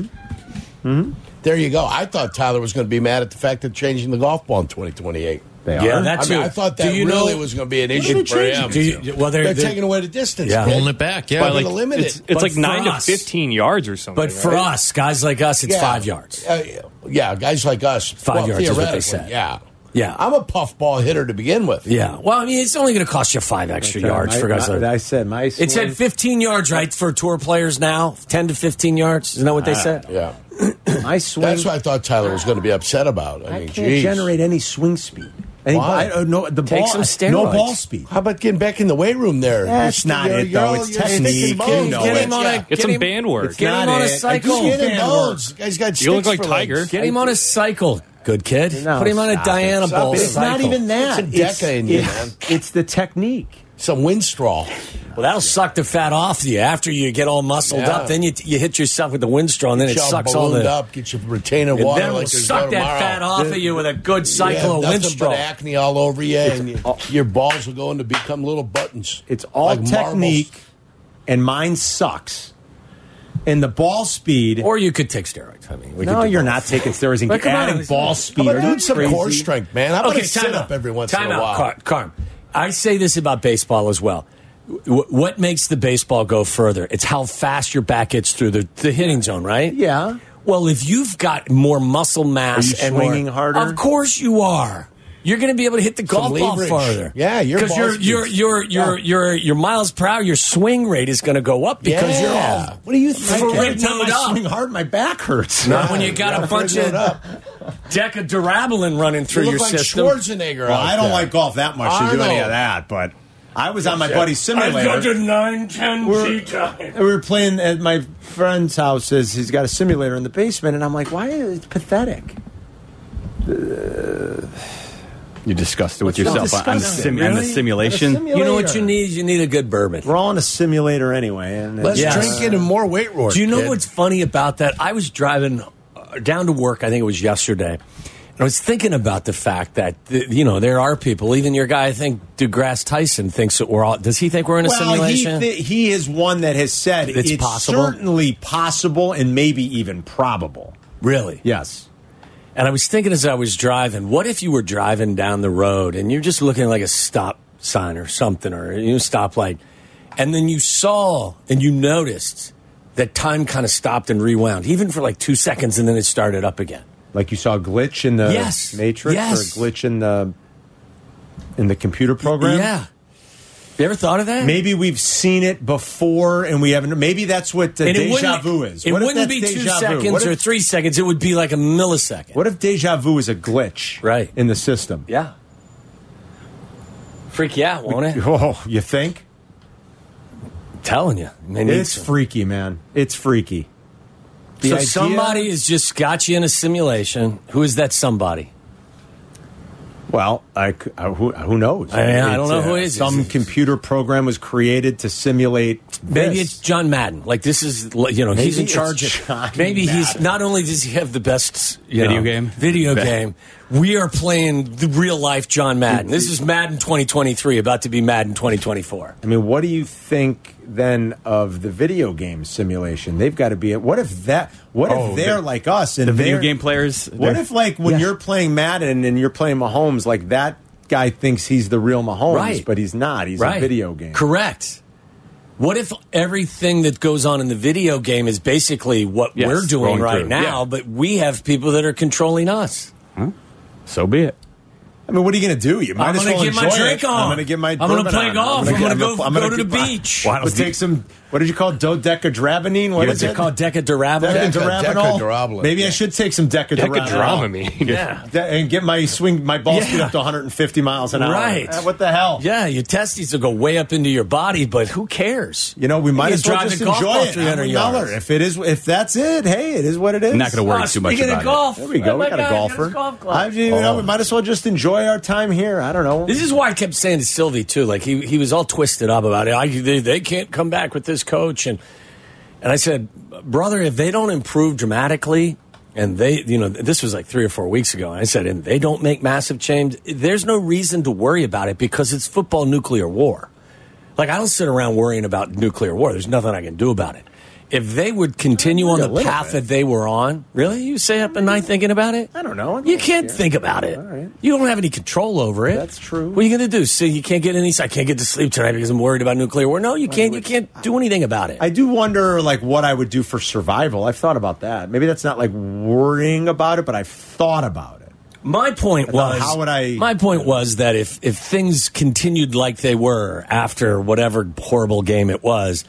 Speaker 5: There you go. I thought Tyler was going to be mad at the fact of changing the golf ball in 2028.
Speaker 3: They
Speaker 1: Yeah,
Speaker 3: are.
Speaker 1: that-
Speaker 5: I
Speaker 1: too.
Speaker 5: mean, I thought that
Speaker 1: Do you
Speaker 5: really
Speaker 1: know-
Speaker 5: was going to be an
Speaker 3: are
Speaker 5: issue
Speaker 3: they
Speaker 5: for him.
Speaker 3: changing?
Speaker 1: Do you, well, they're,
Speaker 5: they're,
Speaker 1: they're-
Speaker 5: taking away the distance.
Speaker 1: Yeah.
Speaker 5: Nick.
Speaker 6: Rolling it back, yeah.
Speaker 5: But
Speaker 6: Like,
Speaker 5: to limit
Speaker 7: It's,
Speaker 5: it.
Speaker 7: it's
Speaker 1: But
Speaker 7: like
Speaker 1: for
Speaker 7: 9
Speaker 1: us-
Speaker 7: to 15 yards or something.
Speaker 1: but for
Speaker 7: right?
Speaker 1: us, guys like us, it's
Speaker 5: Yeah.
Speaker 1: five yards.
Speaker 5: Uh, yeah, guys like us.
Speaker 1: Five yards is what they
Speaker 5: theoretically,
Speaker 1: said.
Speaker 5: Yeah.
Speaker 1: Yeah.
Speaker 5: I'm a puff ball hitter to begin with.
Speaker 1: Yeah. Well, I mean, it's only going to cost you five extra yards
Speaker 3: I,
Speaker 1: for guys
Speaker 3: I,
Speaker 1: like
Speaker 3: I said my.
Speaker 1: It said 15 yards, right, for tour players now? 10 to 15 yards? Isn't that what they
Speaker 3: Uh,
Speaker 1: said?
Speaker 5: Yeah.
Speaker 3: my swing.
Speaker 5: That's what I thought Tyler was going to be upset about. I,
Speaker 3: I
Speaker 5: mean,
Speaker 3: can't
Speaker 5: geez.
Speaker 3: generate any swing speed. Any
Speaker 5: Why?
Speaker 3: ball- I- uh, no, the
Speaker 1: Take
Speaker 3: ball,
Speaker 1: some
Speaker 3: no
Speaker 1: steroids.
Speaker 3: ball speed.
Speaker 5: How about getting back in the weight room there?
Speaker 3: That's
Speaker 5: You're-
Speaker 3: not it,
Speaker 5: you're-
Speaker 3: though.
Speaker 5: you're-
Speaker 3: It's
Speaker 5: you're sticking
Speaker 3: technique.
Speaker 5: bones.
Speaker 3: You know
Speaker 5: Yeah.
Speaker 1: Get
Speaker 3: it.
Speaker 1: him on a,
Speaker 7: Get
Speaker 1: get
Speaker 7: some
Speaker 1: him-
Speaker 7: band work.
Speaker 1: Get him
Speaker 3: Not
Speaker 1: on
Speaker 3: it.
Speaker 1: a
Speaker 3: I just
Speaker 1: cycle.
Speaker 3: get
Speaker 5: Skin
Speaker 3: him
Speaker 5: and
Speaker 3: Fan
Speaker 5: bones. Guy's got
Speaker 7: You look
Speaker 5: sticks
Speaker 7: like
Speaker 5: for
Speaker 7: Tiger.
Speaker 5: legs.
Speaker 1: Get him on a cycle. Good kid.
Speaker 3: No,
Speaker 1: Put him on a
Speaker 3: stop it.
Speaker 1: Diana
Speaker 3: Stop
Speaker 1: Ball
Speaker 3: it. It's
Speaker 1: cycle.
Speaker 3: not even that.
Speaker 5: It's a deca in you, man.
Speaker 3: It's the technique.
Speaker 5: Some wind straw.
Speaker 1: Well, that'll suck the fat off you after you get all muscled
Speaker 5: Yeah.
Speaker 1: up. Then you, you hit yourself with the windstraw, and then it
Speaker 5: Get y'all
Speaker 1: sucks all
Speaker 5: ballooned
Speaker 1: the.
Speaker 5: up. Get your retainer
Speaker 1: And
Speaker 5: water
Speaker 1: then it'll
Speaker 5: like there's
Speaker 1: suck
Speaker 5: no
Speaker 1: that
Speaker 5: tomorrow.
Speaker 1: fat off of you with a good
Speaker 5: You have
Speaker 1: cycle of
Speaker 5: nothing but
Speaker 1: windstraw.
Speaker 5: acne all over you, and you, your balls are going to become little buttons.
Speaker 3: It's all
Speaker 5: Like marbles.
Speaker 3: technique, and mine sucks. And the ball speed.
Speaker 1: Or you could take steroids. I mean, we
Speaker 3: no,
Speaker 1: could do
Speaker 3: you're
Speaker 1: both.
Speaker 3: not taking steroids and
Speaker 1: But come on,
Speaker 3: adding
Speaker 1: it's-
Speaker 3: ball
Speaker 5: How
Speaker 3: speed.
Speaker 5: about
Speaker 3: Are you
Speaker 5: doing some
Speaker 3: crazy?
Speaker 5: core strength, man? How about
Speaker 1: okay,
Speaker 5: a sit
Speaker 1: time
Speaker 5: up
Speaker 1: out.
Speaker 5: every once
Speaker 1: time
Speaker 5: in a
Speaker 1: out,
Speaker 5: while?
Speaker 1: Car- Carm. I say this about baseball as well. W- what makes the baseball go further? It's how fast your bat gets through the, the hitting zone, right?
Speaker 3: Yeah.
Speaker 1: Well, if you've got more muscle mass
Speaker 3: Are you
Speaker 1: and more-
Speaker 3: swinging harder?
Speaker 1: of course you are. You're going to be able to hit the golf ball
Speaker 5: leverage.
Speaker 1: farther.
Speaker 5: Yeah, your
Speaker 1: because
Speaker 5: ball
Speaker 1: your
Speaker 5: speed.
Speaker 1: your your your your your miles per hour, your swing rate is going to go up because you're
Speaker 5: Yeah.
Speaker 1: all
Speaker 5: What do you
Speaker 3: Like,
Speaker 5: think?
Speaker 1: Every
Speaker 3: every
Speaker 1: Ripped
Speaker 3: time
Speaker 1: it
Speaker 3: I
Speaker 1: up.
Speaker 3: swing hard, my back hurts.
Speaker 1: not when you got
Speaker 5: gotta
Speaker 1: a bunch
Speaker 5: figure it
Speaker 1: of
Speaker 5: up.
Speaker 1: deck of Durabilin running through
Speaker 5: you
Speaker 1: your
Speaker 5: look like
Speaker 1: system.
Speaker 5: Schwarzenegger.
Speaker 3: Well,
Speaker 5: out
Speaker 3: I don't
Speaker 5: there.
Speaker 3: like golf that much to do any
Speaker 5: Arnold.
Speaker 3: of that, but I was on my buddy's simulator.
Speaker 1: nine ten
Speaker 3: We're- we were playing at my friend's house. Is he's got a simulator in the basement, and I'm like, why? It's pathetic.
Speaker 4: You discussed it with
Speaker 3: What's wrong?
Speaker 4: yourself on, on the
Speaker 3: Disgusting.
Speaker 4: sim- on the
Speaker 3: Really?
Speaker 4: simulation.
Speaker 3: On a
Speaker 1: You know what you need? You need a good bourbon.
Speaker 3: We're all in a simulator anyway. And
Speaker 5: Let's
Speaker 1: Yes.
Speaker 5: drink it and more weight roar.
Speaker 1: Do you know
Speaker 5: kid.
Speaker 1: what's funny about that? I was driving uh, down to work, I think it was yesterday, I was thinking about the fact that th- you know there are people. Even your guy, I think DeGrasse Tyson thinks that we're all. Does he think we're in a
Speaker 3: Well, he,
Speaker 1: simulation?
Speaker 3: thi- he is one that has said
Speaker 1: It's
Speaker 3: it's,
Speaker 1: possible?
Speaker 3: certainly possible and maybe even probable.
Speaker 1: really?
Speaker 3: Yes.
Speaker 1: And I was thinking as I was driving, what if you were driving down the road and you're just looking at like a stop sign or something or you know, stoplight, and then you saw and you noticed that time kind of stopped and rewound, even for like two seconds, and then it started up again.
Speaker 3: Like you saw a glitch in the
Speaker 1: Yes.
Speaker 3: matrix
Speaker 1: Yes.
Speaker 3: or a glitch in the in the computer program.
Speaker 1: Yeah. You ever thought of that?
Speaker 3: Maybe we've seen it before and we haven't. Maybe that's what uh,
Speaker 1: And it
Speaker 3: deja
Speaker 1: wouldn't-
Speaker 3: vu is.
Speaker 1: It
Speaker 3: What if
Speaker 1: wouldn't
Speaker 3: that's
Speaker 1: be two
Speaker 3: deja vu?
Speaker 1: seconds
Speaker 3: What
Speaker 1: or
Speaker 3: if-
Speaker 1: three seconds. It would be like a millisecond.
Speaker 3: What if deja vu is a glitch
Speaker 1: Right.
Speaker 3: in the system?
Speaker 1: Yeah. Freak you out, won't it?
Speaker 3: Oh, you think?
Speaker 1: I'm telling you. They need
Speaker 3: It's
Speaker 1: some.
Speaker 3: freaky, man. It's freaky. The
Speaker 1: so
Speaker 3: idea-
Speaker 1: somebody has just got you in a simulation. Who is that somebody?
Speaker 3: Well, I, c- uh, who, who knows? uh,
Speaker 1: I mean, I don't know who it is.
Speaker 3: Some
Speaker 1: It's-
Speaker 3: computer program was created to simulate.
Speaker 1: Maybe
Speaker 3: this.
Speaker 1: it's John Madden. Like this is, you know, he's
Speaker 3: Maybe
Speaker 1: in
Speaker 3: it's
Speaker 1: charge.
Speaker 3: John
Speaker 1: Of, maybe he's
Speaker 3: Madden.
Speaker 1: not only does he have the best you
Speaker 4: Video
Speaker 1: know,
Speaker 4: game?
Speaker 1: video
Speaker 4: Best.
Speaker 1: game. We are playing the real life John Madden. This is Madden 2023, about to be Madden 2024.
Speaker 3: I mean, what do you think then of the video game simulation? They've got to be. What if that? What
Speaker 4: Oh,
Speaker 3: if they're
Speaker 4: the-
Speaker 3: like us and
Speaker 4: the video
Speaker 3: they're-
Speaker 4: game players,
Speaker 3: What
Speaker 4: they're-
Speaker 3: if like when you're playing Madden and you're playing Mahomes, like that guy thinks he's the real Mahomes,
Speaker 1: Right.
Speaker 3: but he's not. He's a video game.
Speaker 1: Correct. What if everything that goes on in the video game is basically what
Speaker 4: Yes,
Speaker 1: we're doing
Speaker 4: rolling
Speaker 1: right
Speaker 4: through.
Speaker 1: now,
Speaker 4: Yeah.
Speaker 1: but we have people that are controlling us?
Speaker 4: So be it.
Speaker 3: I mean, what are you going to do? You might
Speaker 1: I'm
Speaker 3: as
Speaker 1: gonna
Speaker 3: well
Speaker 1: get my
Speaker 3: enjoy
Speaker 1: drink
Speaker 3: it.
Speaker 1: on.
Speaker 3: I'm going to get my.
Speaker 1: I'm gonna
Speaker 3: bourbon
Speaker 1: play
Speaker 3: on.
Speaker 1: golf. I'm gonna
Speaker 3: get-
Speaker 1: go- go to the
Speaker 3: get my-
Speaker 1: beach.
Speaker 3: Why don't we take some? What did you call it? dodecadramine? What
Speaker 1: What's
Speaker 3: is
Speaker 1: it called? Decadrabble?
Speaker 5: Deca-
Speaker 3: Decadurabinol?
Speaker 5: decadurabinol.
Speaker 3: Maybe I
Speaker 5: Yeah.
Speaker 3: should take some decadurabinol.
Speaker 7: Dramamine.
Speaker 1: Yeah.
Speaker 3: De- and get my swing, my ball
Speaker 1: Yeah.
Speaker 3: speed up to 150 miles an hour.
Speaker 1: Right.
Speaker 3: Eh, what the hell?
Speaker 1: Yeah, your testes will go way up into your body, but who cares?
Speaker 3: You know, we might
Speaker 1: can
Speaker 3: as well
Speaker 1: drive
Speaker 3: just
Speaker 1: the golf
Speaker 3: enjoy
Speaker 1: ball
Speaker 3: it.
Speaker 1: 300
Speaker 3: I'm a
Speaker 1: yards.
Speaker 3: Miller. If it is, if that's it, hey, it is what it is.
Speaker 4: Not gonna worry
Speaker 1: Ah,
Speaker 4: too much
Speaker 1: speaking
Speaker 4: about
Speaker 1: of
Speaker 4: it.
Speaker 1: golf,
Speaker 3: There we go.
Speaker 1: oh
Speaker 3: we
Speaker 1: my
Speaker 3: got a
Speaker 1: God,
Speaker 3: golfer.
Speaker 1: there's golf club.
Speaker 3: I, you
Speaker 4: Oh.
Speaker 3: know, we might as well just enjoy our time here. I don't know.
Speaker 1: This is why I kept saying to Sylvie too. Like he he was all twisted up about it. I, they, they can't come back with this coach and and I said, brother, if they don't improve dramatically, and they you know this was like three or four weeks ago, and I said, and they don't make massive change, there's no reason to worry about it because it's football nuclear war. Like I don't sit around worrying about nuclear war. There's nothing I can do about it. If they would continue on
Speaker 3: a
Speaker 1: the
Speaker 3: little
Speaker 1: path
Speaker 3: bit.
Speaker 1: that they were on, really, you stay up at night thinking about it?
Speaker 3: I don't know. I
Speaker 1: You
Speaker 3: don't
Speaker 1: can't
Speaker 3: care.
Speaker 1: think about it.
Speaker 3: All right.
Speaker 1: You don't have any control over it.
Speaker 3: That's true.
Speaker 1: What are you going to do? So you can't get any. I can't get to sleep tonight because I'm worried about nuclear war. No, you can't. You can't do anything about it.
Speaker 3: I do wonder, like, what I would do for survival. I've thought about that. Maybe that's not like worrying about it, but I've thought about it.
Speaker 1: my point
Speaker 3: thought,
Speaker 1: was,
Speaker 3: how would I-
Speaker 1: My point was that if if things continued like they were after whatever horrible game it was,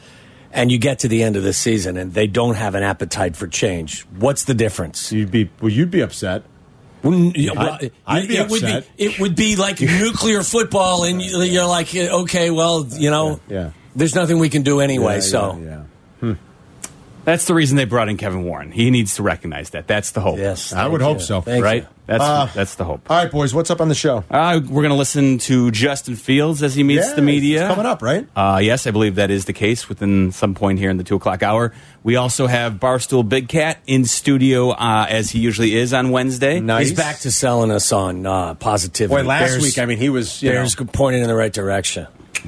Speaker 1: and you get to the end of the season and they don't have an appetite for change, what's the difference?
Speaker 3: You'd be, well, you'd be upset.
Speaker 1: Wouldn't- yeah, well,
Speaker 3: I'd- I'd be
Speaker 1: it would be
Speaker 3: upset.
Speaker 1: it would be like nuclear football, and you- you're like, okay, well, you know,
Speaker 3: Yeah, yeah.
Speaker 1: there's nothing we can do anyway.
Speaker 3: Yeah,
Speaker 1: so.
Speaker 3: yeah, yeah.
Speaker 4: That's the reason they brought in Kevin Warren. He needs to recognize that. That's the hope.
Speaker 1: Yes,
Speaker 3: I would
Speaker 1: thank
Speaker 3: hope
Speaker 1: you.
Speaker 3: so.
Speaker 1: Thank
Speaker 4: Right?
Speaker 1: you.
Speaker 4: That's
Speaker 3: Uh,
Speaker 4: that's the hope.
Speaker 3: All right, boys, what's up on the show?
Speaker 4: Uh, we're going to listen to Justin Fields as he meets
Speaker 3: Yeah,
Speaker 4: the media.
Speaker 3: it's coming up, right?
Speaker 4: Uh, yes, I believe that is the case within some point here in the two o'clock hour. We also have Barstool Big Cat in studio uh, as he usually is on Wednesday.
Speaker 3: Nice.
Speaker 1: He's back to selling us on uh, positivity.
Speaker 3: Boy, last
Speaker 1: Bears-
Speaker 3: week, I mean, he was. You know,
Speaker 1: Bears pointing in the right direction.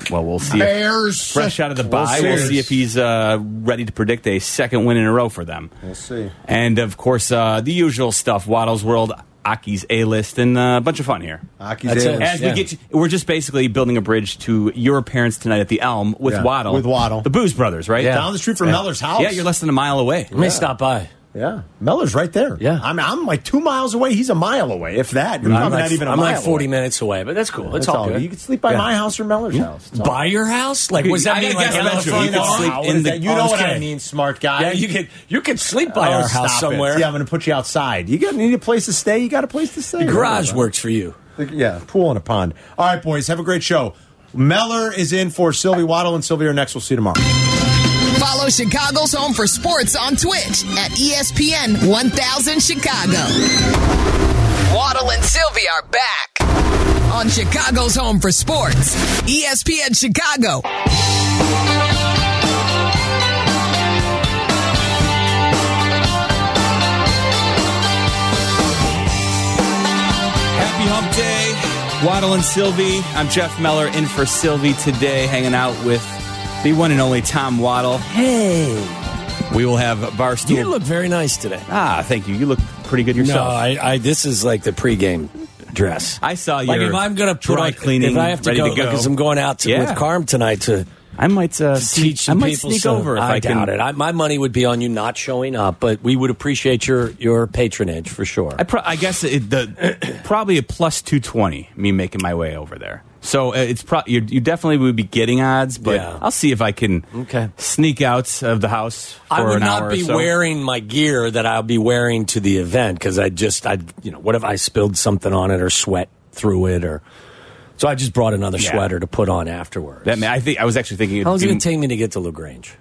Speaker 4: Well, we'll see. If,
Speaker 5: Bears.
Speaker 4: fresh out of the bye, we'll
Speaker 3: see.
Speaker 4: see if he's uh, ready to predict a second win in a row for them.
Speaker 3: we'll see.
Speaker 4: And of course, uh, the usual stuff: Waddle's World, Aki's A List, and uh, a bunch of fun here.
Speaker 3: Aki's
Speaker 1: That's it.
Speaker 3: A-list.
Speaker 4: As
Speaker 1: Yeah.
Speaker 4: we get, to, we're just basically building a bridge to your appearance tonight at the Elm with
Speaker 3: Yeah,
Speaker 4: Waddle,
Speaker 3: with Waddle.
Speaker 4: the Booze Brothers, right
Speaker 1: Yeah.
Speaker 3: down the street from Meller's house.
Speaker 4: Yeah, you're less than a mile away.
Speaker 1: Let me stop by.
Speaker 3: Yeah, Meller's right there.
Speaker 1: Yeah.
Speaker 3: I'm, I'm like two miles away. He's a mile away, if that. You're
Speaker 1: I'm
Speaker 3: probably
Speaker 1: like,
Speaker 3: not even. A
Speaker 1: I'm
Speaker 3: mile
Speaker 1: like 40
Speaker 3: away.
Speaker 1: minutes away, but that's cool. It's
Speaker 3: That's
Speaker 1: all,
Speaker 3: good.
Speaker 1: good.
Speaker 3: You can sleep by
Speaker 1: Yeah.
Speaker 3: my house or Meller's house. It's all-
Speaker 1: By your house? Like, was that
Speaker 4: I
Speaker 1: mean
Speaker 4: guess
Speaker 1: like
Speaker 4: I
Speaker 1: on the
Speaker 4: eventually
Speaker 1: front
Speaker 4: you could
Speaker 1: lawn?
Speaker 4: sleep
Speaker 3: What
Speaker 4: in
Speaker 3: is
Speaker 4: the-
Speaker 3: that? You know what I
Speaker 1: Okay.
Speaker 3: mean, smart guy.
Speaker 1: Yeah, you could you could sleep by
Speaker 3: Oh,
Speaker 1: our house
Speaker 3: stop it.
Speaker 1: somewhere.
Speaker 3: Yeah, I'm going to put you outside. You got need a place to stay. You got a place to stay.
Speaker 1: The garage
Speaker 3: Whatever.
Speaker 1: works for you.
Speaker 3: Yeah, pool and a pond. All right, boys, have a great show. Meller is in for Sylvie Waddle, and Sylvie are next. We'll see you tomorrow.
Speaker 2: Follow Chicago's Home for Sports on Twitch at E ESPN 1000 Chicago. Waddle and Sylvie are back on Chicago's Home for Sports, E ESPN Chicago.
Speaker 4: Waddle and Sylvie. I'm Jeff Meller in for Sylvie today, hanging out with the one and only Tom Waddle.
Speaker 1: Hey,
Speaker 4: We will have Barstool.
Speaker 1: you look very nice today.
Speaker 4: ah, thank you. You look pretty good yourself.
Speaker 1: No, I, I. This is like the pregame dress.
Speaker 4: I saw
Speaker 1: Like
Speaker 4: your
Speaker 1: if I'm gonna put
Speaker 4: dry
Speaker 1: on-
Speaker 4: cleaning
Speaker 1: if I have to
Speaker 4: ready
Speaker 1: go,
Speaker 4: to go.
Speaker 1: because I'm going out to, with
Speaker 4: Yeah.
Speaker 1: Carm tonight to
Speaker 4: I might uh, sneak,
Speaker 1: teach.
Speaker 4: I
Speaker 1: Some
Speaker 4: might
Speaker 1: people
Speaker 4: sneak
Speaker 1: some-
Speaker 4: over if I, can.
Speaker 1: doubt it. I, my money would be on you not showing up, but we would appreciate your your patronage for sure.
Speaker 4: I, pro- I guess it, the probably a plus two twenty. Me making my way over there, so uh, it's pro- you you definitely would be getting odds. But
Speaker 1: Yeah.
Speaker 4: I'll see if I can
Speaker 1: Okay.
Speaker 4: sneak out of the house. For
Speaker 1: I would
Speaker 4: an
Speaker 1: not
Speaker 4: hour
Speaker 1: be
Speaker 4: or so.
Speaker 1: wearing my gear that I'll be wearing to the event because I just, I, you know, what if I spilled something on it or sweat through it or. So I just brought another
Speaker 4: Yeah.
Speaker 1: sweater to put on afterwards.
Speaker 4: That may, I think I was actually thinking. it'd
Speaker 1: How long is it
Speaker 4: be-
Speaker 1: going to take me to get to Lagrange?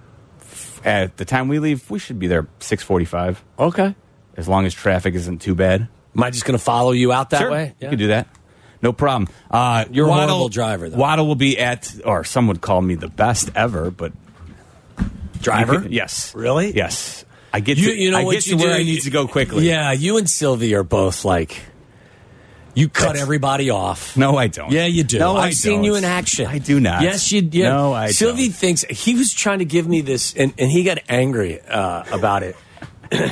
Speaker 4: at the time we leave? We should be there six forty five,
Speaker 1: Okay.
Speaker 4: as long as traffic isn't too bad.
Speaker 1: Am I just going to follow you out that
Speaker 4: sure,
Speaker 1: way?
Speaker 4: you can do that. No problem. Uh,
Speaker 1: You're a horrible driver, though.
Speaker 4: Waddle will be at, or some would call me the best ever, but
Speaker 1: Driver?
Speaker 4: You can- yes.
Speaker 1: Really?
Speaker 4: Yes. I get
Speaker 1: You,
Speaker 4: to,
Speaker 1: you know
Speaker 4: I
Speaker 1: what
Speaker 4: get
Speaker 1: you
Speaker 4: to where
Speaker 1: do?
Speaker 4: I need to go quickly.
Speaker 1: Yeah, you and Sylvie are both like, you cut
Speaker 4: That's-
Speaker 1: everybody off.
Speaker 4: No, I don't.
Speaker 1: Yeah, you do.
Speaker 4: No,
Speaker 1: I've
Speaker 4: I
Speaker 1: seen
Speaker 4: don't.
Speaker 1: you in action.
Speaker 4: I do not.
Speaker 1: Yes, you. Yeah.
Speaker 4: No, I
Speaker 1: Sylvie
Speaker 4: don't.
Speaker 1: thinks he was trying to give me this, and, and he got angry uh, about it.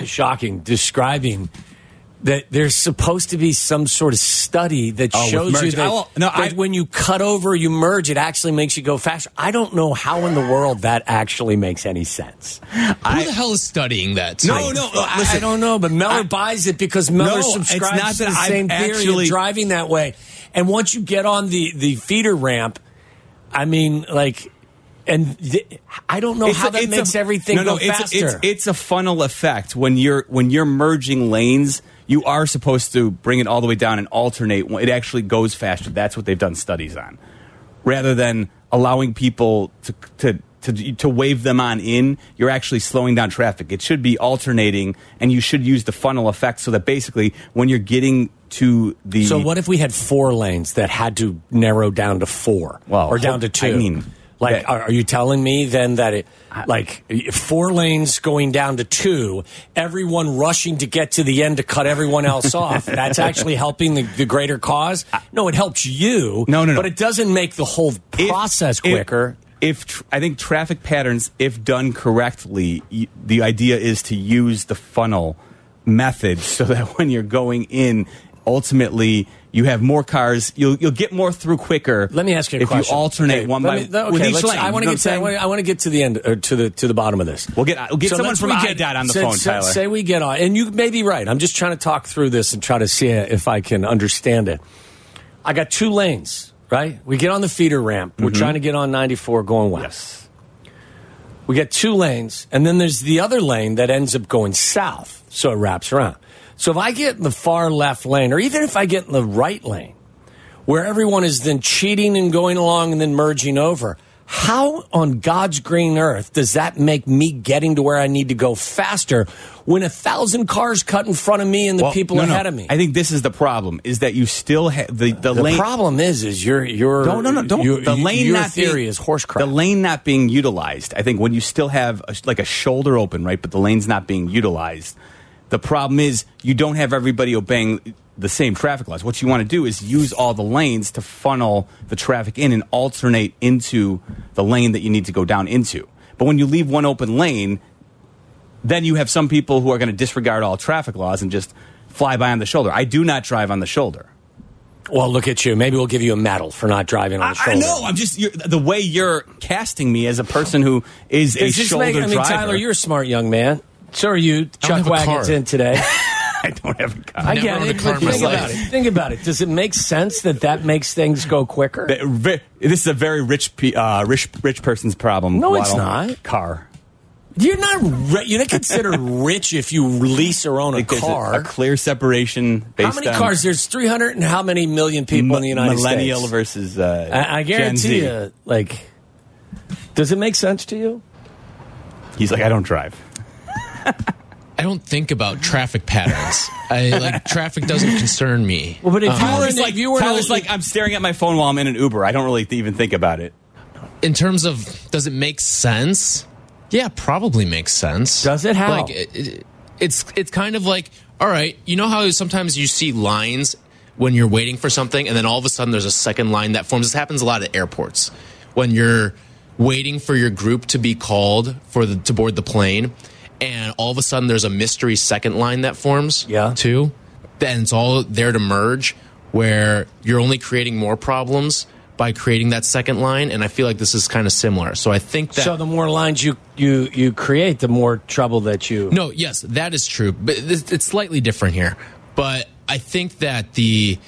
Speaker 1: Shocking, describing that there's supposed to be some sort of study that
Speaker 4: Oh, with
Speaker 1: shows you
Speaker 4: merge.
Speaker 1: that,
Speaker 4: I will- no,
Speaker 1: that
Speaker 4: I-
Speaker 1: when you cut over, you merge, it actually makes you go faster. I don't know how in the world that actually makes any sense.
Speaker 6: Who the hell is studying that?
Speaker 4: No,
Speaker 6: too?
Speaker 4: no.
Speaker 1: Oh, I-
Speaker 4: listen,
Speaker 1: I don't know, but Meller
Speaker 4: I-
Speaker 1: buys it because Meller
Speaker 4: No, it's
Speaker 1: subscribes
Speaker 4: not
Speaker 1: to
Speaker 4: that
Speaker 1: the
Speaker 4: I've
Speaker 1: same theory
Speaker 4: actually-
Speaker 1: of driving that way. And once you get on the the feeder ramp, I mean, like, and th- I don't know how that makes everything
Speaker 4: no, no,
Speaker 1: go
Speaker 4: it's,
Speaker 1: faster.
Speaker 4: It's, it's a funnel effect when you're when you're merging lanes. You are supposed to bring it all the way down and alternate. when It actually goes faster. That's what they've done studies on, rather than allowing people to to. To, to wave them on in, you're actually slowing down traffic. It should be alternating, and you should use the funnel effect so that basically, when you're getting to the
Speaker 1: so what if we had four lanes that had to narrow down to four,
Speaker 4: Well,
Speaker 1: or down to
Speaker 4: hope-
Speaker 1: two?
Speaker 4: I mean,
Speaker 1: like,
Speaker 4: that-
Speaker 1: are, are you telling me then that it, like, four lanes going down to two, everyone rushing to get to the end to cut everyone else off? That's actually helping the, the greater cause. No, it helps you.
Speaker 4: No, no, no.
Speaker 1: But it doesn't make the whole
Speaker 4: if-
Speaker 1: process
Speaker 4: if-
Speaker 1: quicker.
Speaker 4: If, tr- I think traffic patterns, if done correctly, y- the idea is to use the funnel method so that when you're going in, ultimately you have more cars. You'll you'll get more through quicker.
Speaker 1: Let me ask you a
Speaker 4: if
Speaker 1: question.
Speaker 4: you alternate
Speaker 1: Okay,
Speaker 4: one
Speaker 1: let
Speaker 4: by
Speaker 1: me- th- okay,
Speaker 4: with each
Speaker 1: let's-
Speaker 4: lane.
Speaker 1: I
Speaker 4: you
Speaker 1: want
Speaker 4: know
Speaker 1: to
Speaker 4: what
Speaker 1: get to I
Speaker 4: I'm
Speaker 1: wanna-
Speaker 4: saying?
Speaker 1: I want to get to the end or to the to the bottom of this.
Speaker 4: We'll get we'll get someone
Speaker 1: let's
Speaker 4: from
Speaker 1: we get-
Speaker 4: IDOT on the
Speaker 1: say-
Speaker 4: phone,
Speaker 1: say-
Speaker 4: Tyler.
Speaker 1: Say we get on, and you may be right. I'm just trying to talk through this and try to see if I can understand it. I got two lanes, right? We get on the feeder ramp. We're trying to get on 94 going west.
Speaker 4: Mm-hmm. yes.
Speaker 1: We get two lanes, and then there's the other lane that ends up going south, so it wraps around. So if I get in the far left lane, or even if I get in the right lane, where everyone is then cheating and going along and then merging over, how on God's green earth does that make me getting to where I need to go faster when a thousand cars cut in front of me and the
Speaker 4: Well,
Speaker 1: people
Speaker 4: no, no.
Speaker 1: ahead of me?
Speaker 4: I think this is the problem: is that you still have the the,
Speaker 1: the
Speaker 4: lane.
Speaker 1: problem is, is your your
Speaker 4: No, no, no. Don't.
Speaker 1: your,
Speaker 4: the lane
Speaker 1: your
Speaker 4: not
Speaker 1: theory
Speaker 4: being,
Speaker 1: is horse crap.
Speaker 4: The lane not being utilized. I think when you still have a, like a shoulder open, right, but the lane's not being utilized. The problem is you don't have everybody obeying the same traffic laws. What you want to do is use all the lanes to funnel the traffic in and alternate into the lane that you need to go down into. But when you leave one open lane, then you have some people who are going to disregard all traffic laws and just fly by on the shoulder. I do not drive on the shoulder.
Speaker 1: well, look at you. Maybe we'll give you a medal for not driving on the shoulder.
Speaker 4: I know. I'm just you're, the way you're casting me as a person who is a
Speaker 1: Does this
Speaker 4: shoulder
Speaker 1: make- I mean,
Speaker 4: driver.
Speaker 1: Tyler, you're a smart young man. So are you, Chuck
Speaker 6: have a
Speaker 1: Wagon's
Speaker 6: car.
Speaker 1: in today.
Speaker 4: I don't have a car.
Speaker 1: I
Speaker 6: Never
Speaker 1: get
Speaker 6: owned a
Speaker 1: it.
Speaker 6: car
Speaker 1: but
Speaker 6: in my
Speaker 1: Think
Speaker 6: life.
Speaker 1: about it. Think about it. Does it make sense that that makes things go quicker?
Speaker 4: That- ve- this is a very rich, pe- uh, rich, rich person's problem.
Speaker 1: No, it's
Speaker 4: Waddle.
Speaker 1: not.
Speaker 4: Car.
Speaker 1: You're not. Re- you're not considered rich if you lease or own a
Speaker 4: Like, there's
Speaker 1: car.
Speaker 4: A, clear separation.
Speaker 1: how
Speaker 4: Based
Speaker 1: many
Speaker 4: on
Speaker 1: cars? There's 300 and how many million people in the United
Speaker 4: millennial
Speaker 1: States?
Speaker 4: versus. Uh,
Speaker 1: I, I guarantee
Speaker 4: Gen Z.
Speaker 1: you. Like, does it make sense to you?
Speaker 4: He's like, I don't drive.
Speaker 6: I don't think about traffic patterns. I like traffic doesn't concern me.
Speaker 1: Well,
Speaker 6: Um,
Speaker 1: but if you were
Speaker 4: Tyler's
Speaker 1: in-
Speaker 4: like,
Speaker 1: if you were in a-
Speaker 4: Tyler's like, I'm staring at my phone while I'm in an Uber. I don't really th- even think about it.
Speaker 6: in terms of does it make sense? Yeah, probably makes sense.
Speaker 1: Does it? How?
Speaker 6: Like it, it- it's it's kind of like all right. You know how sometimes you see lines when you're waiting for something and then all of a sudden there's a second line that forms. This happens a lot at airports when you're waiting for your group to be called for the, to board the plane and all of a sudden there's a mystery second line that forms.
Speaker 1: Yeah.
Speaker 6: Too. Then it's all there to merge where you're only creating more problems by creating that second line and I feel like this is kind of similar. So I think that
Speaker 1: So the more lines you you you create, the more trouble that you.
Speaker 6: No, yes, that is true, but this- it's slightly different here. But I think that the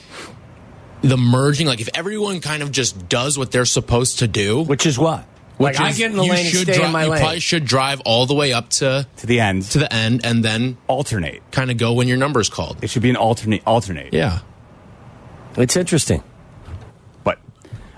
Speaker 6: the merging, like if everyone kind of just does what they're supposed to do,
Speaker 1: Which is what?
Speaker 6: which
Speaker 1: like I
Speaker 6: is
Speaker 1: get in the
Speaker 6: you
Speaker 1: lane and
Speaker 6: should
Speaker 1: stay
Speaker 6: dri-
Speaker 1: in my
Speaker 6: you
Speaker 1: lane.
Speaker 6: probably should drive all the way up to
Speaker 4: to the end
Speaker 6: to the end and then
Speaker 4: alternate.
Speaker 6: kind of go when your number's called.
Speaker 4: It should be an alternate alternate.
Speaker 6: Yeah.
Speaker 1: It's interesting.
Speaker 4: But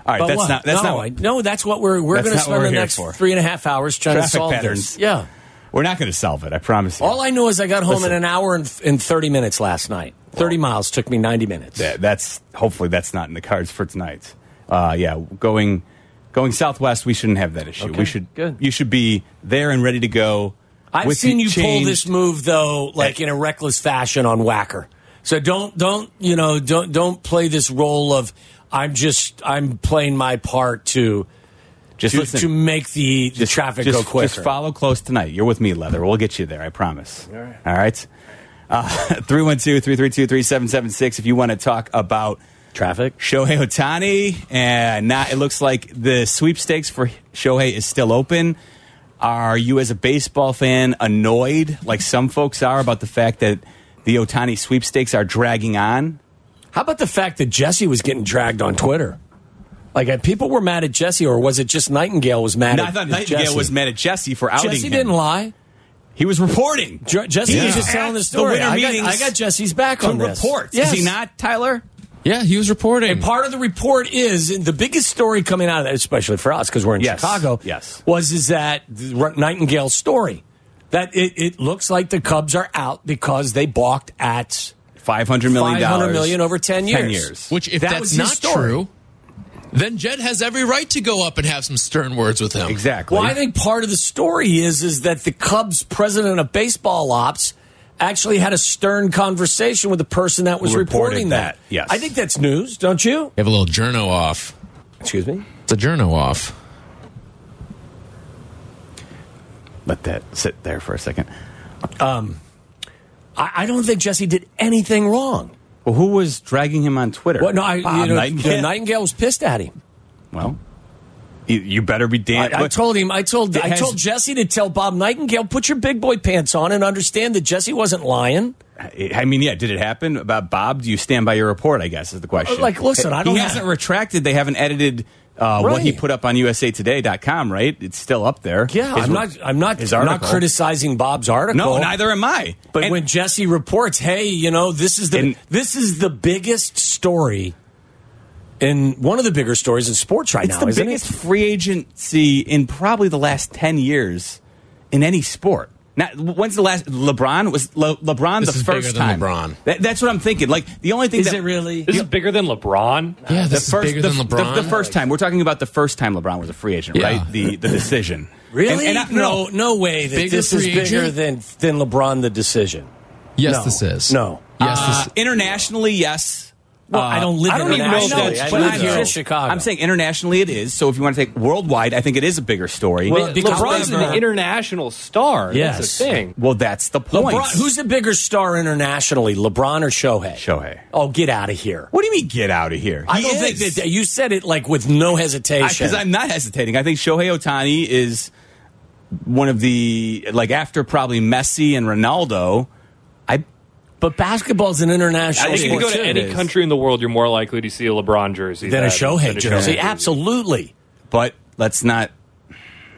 Speaker 4: all right,
Speaker 1: But
Speaker 4: that's
Speaker 1: what?
Speaker 4: not that's
Speaker 1: no,
Speaker 4: not
Speaker 1: I- no, that's what we're we're
Speaker 4: That's
Speaker 1: going to
Speaker 4: not what
Speaker 1: spend
Speaker 4: we're
Speaker 1: the
Speaker 4: here
Speaker 1: next
Speaker 4: for.
Speaker 1: three and a half hours trying
Speaker 4: Traffic
Speaker 1: to solve
Speaker 4: patterns.
Speaker 1: this. Yeah.
Speaker 4: we're not going to solve it. I promise you.
Speaker 1: All I know is I got home
Speaker 4: Listen.
Speaker 1: in an hour and, and thirty minutes last night. Thirty miles took me ninety minutes.
Speaker 4: That- Uh, that's hopefully that's not in the cards for tonight. Uh, yeah, going going southwest, we shouldn't have that issue.
Speaker 1: Okay,
Speaker 4: we should
Speaker 1: good.
Speaker 4: You should be there and ready to go.
Speaker 1: I've
Speaker 4: with
Speaker 1: seen
Speaker 4: the
Speaker 1: you pull
Speaker 4: change-
Speaker 1: this move though, like in a reckless fashion on Whacker. So don't don't you know don't don't play this role of I'm just I'm playing my part to
Speaker 4: Just
Speaker 1: to,
Speaker 4: listen.
Speaker 1: to make the, the traffic
Speaker 4: just,
Speaker 1: go quicker.
Speaker 4: Just follow close tonight. You're with me, Leather. We'll get you there. I promise. All right. All right. Uh, 312-332-3776 if you want to talk about
Speaker 1: traffic.
Speaker 4: Shohei Otani. And now it looks like the sweepstakes for Shohei is still open. Are you, as a baseball fan, annoyed, like some folks are, about the fact that the Otani sweepstakes are dragging on?
Speaker 1: How about the fact that Jesse was getting dragged on Twitter? Like uh, people were mad at Jesse, or was it just Nightingale was mad?
Speaker 4: No,
Speaker 1: at
Speaker 4: I thought
Speaker 1: at
Speaker 4: Nightingale
Speaker 1: Jesse.
Speaker 4: was mad at Jesse for outing
Speaker 1: Jesse
Speaker 4: him.
Speaker 1: didn't lie.
Speaker 4: He was reporting.
Speaker 1: J- Jesse
Speaker 4: Yeah.
Speaker 1: was just telling the
Speaker 4: At the
Speaker 1: story.
Speaker 4: winter
Speaker 1: I, got,
Speaker 4: meetings
Speaker 1: I got Jesse's back
Speaker 4: to
Speaker 1: on this.
Speaker 4: report.
Speaker 1: Yes.
Speaker 4: Is he not, Tyler?
Speaker 6: Yeah, he was reporting.
Speaker 1: And part of the report is and the biggest story coming out of that, especially for us because we're in
Speaker 4: Yes.
Speaker 1: Chicago.
Speaker 4: Yes.
Speaker 1: was is that the R- Nightingale story that it, it looks like the Cubs are out because they balked at
Speaker 4: Five hundred million
Speaker 1: five
Speaker 4: dollars.
Speaker 1: hundred million over ten years.
Speaker 4: Ten years.
Speaker 6: Which if
Speaker 1: That was
Speaker 6: that's
Speaker 1: his
Speaker 6: not
Speaker 1: story.
Speaker 6: true, then Jed has every right to go up and have some stern words with him.
Speaker 4: Exactly.
Speaker 1: Well, I think part of the story is is that the Cubs president of baseball ops actually had a stern conversation with the person that was
Speaker 4: Who reported
Speaker 1: reporting that.
Speaker 4: that, yes.
Speaker 1: I think that's news, don't you?
Speaker 6: We have a little journo off.
Speaker 1: Excuse me.
Speaker 6: It's a journo off.
Speaker 4: Let that sit there for a second.
Speaker 1: I, I don't think Jesse did anything wrong.
Speaker 4: Well, who was dragging him on Twitter?
Speaker 1: Well, no, I,
Speaker 4: Bob
Speaker 1: you know,
Speaker 4: Nightingale.
Speaker 1: Nightingale. Nightingale was pissed at him.
Speaker 4: well, you, you better be
Speaker 1: I,
Speaker 4: damned.
Speaker 1: I
Speaker 4: Look,
Speaker 1: told him. I told.
Speaker 4: It
Speaker 1: I
Speaker 4: has-
Speaker 1: told Jesse to tell Bob Nightingale, put your big boy pants on and understand that Jesse wasn't lying.
Speaker 4: I mean, yeah, did it happen about Bob? Do you stand by your report? I guess is the question.
Speaker 1: Uh, like, listen, I don't
Speaker 4: He
Speaker 1: have-
Speaker 4: hasn't retracted. They haven't edited uh, what he
Speaker 1: Right.
Speaker 4: put up on USAToday.com. Right? It's still up there.
Speaker 1: Yeah,
Speaker 4: His
Speaker 1: I'm
Speaker 4: re-
Speaker 1: not. I'm not.
Speaker 4: his
Speaker 1: I'm not
Speaker 4: article.
Speaker 1: criticizing Bob's article.
Speaker 4: No, neither am I.
Speaker 1: But
Speaker 4: And-
Speaker 1: when Jesse reports, "Hey, you know, this is the
Speaker 4: And-
Speaker 1: this is the biggest story in one of the bigger stories in sports right
Speaker 4: It's
Speaker 1: now,
Speaker 4: the
Speaker 1: isn't
Speaker 4: biggest
Speaker 1: it?"
Speaker 4: free agency in probably the last ten years in any sport. Not when's the last LeBron was Le, LeBron the
Speaker 6: This is bigger
Speaker 4: first time.
Speaker 6: than LeBron.
Speaker 4: That- that's what I'm thinking. Like the only thing
Speaker 1: Is
Speaker 4: that
Speaker 1: it really?
Speaker 7: This is bigger than LeBron.
Speaker 6: Yeah,
Speaker 4: the
Speaker 6: this
Speaker 4: first
Speaker 6: is bigger
Speaker 4: the,
Speaker 6: than
Speaker 4: the-
Speaker 6: LeBron.
Speaker 4: The, first time we're talking about the first time LeBron was a free agent,
Speaker 6: Yeah.
Speaker 4: right? The the decision.
Speaker 1: Really?
Speaker 4: And- and I-
Speaker 1: no, no way that
Speaker 6: Bigger
Speaker 1: this is
Speaker 6: free
Speaker 1: bigger
Speaker 6: agent?
Speaker 1: than than LeBron the decision.
Speaker 6: Yes,
Speaker 1: No.
Speaker 6: this is.
Speaker 1: No.
Speaker 6: Yes,
Speaker 4: Uh,
Speaker 6: this
Speaker 4: internationally, yes.
Speaker 1: Well, I don't live
Speaker 4: I don't even know if
Speaker 1: internationally.
Speaker 4: that's.
Speaker 1: I
Speaker 4: but
Speaker 1: live
Speaker 4: I'm
Speaker 1: here in
Speaker 4: just-
Speaker 1: Chicago.
Speaker 4: I'm saying internationally it is. So if you want to take worldwide, I think it is a bigger story.
Speaker 1: Well, because
Speaker 7: LeBron's
Speaker 1: However-
Speaker 7: an international star.
Speaker 1: Yes.
Speaker 7: That's the thing.
Speaker 4: Well, that's the point.
Speaker 1: LeBron, who's the bigger star internationally, LeBron or Shohei?
Speaker 4: Shohei.
Speaker 1: Oh, get out of here.
Speaker 4: What do you mean? Get out of here!
Speaker 1: I
Speaker 4: He
Speaker 1: don't
Speaker 4: is.
Speaker 1: think that you said it like with no hesitation.
Speaker 4: because I'm not hesitating. I think Shohei Otani is one of the like after probably Messi and Ronaldo. I
Speaker 1: but basketball's an international
Speaker 4: I
Speaker 7: If you
Speaker 1: sport
Speaker 7: can go
Speaker 1: too.
Speaker 7: to
Speaker 4: it
Speaker 7: any
Speaker 4: is.
Speaker 7: country in the world, you're more likely to see a LeBron jersey
Speaker 1: than a Shohei
Speaker 7: than
Speaker 1: jersey. Absolutely.
Speaker 4: but let's not.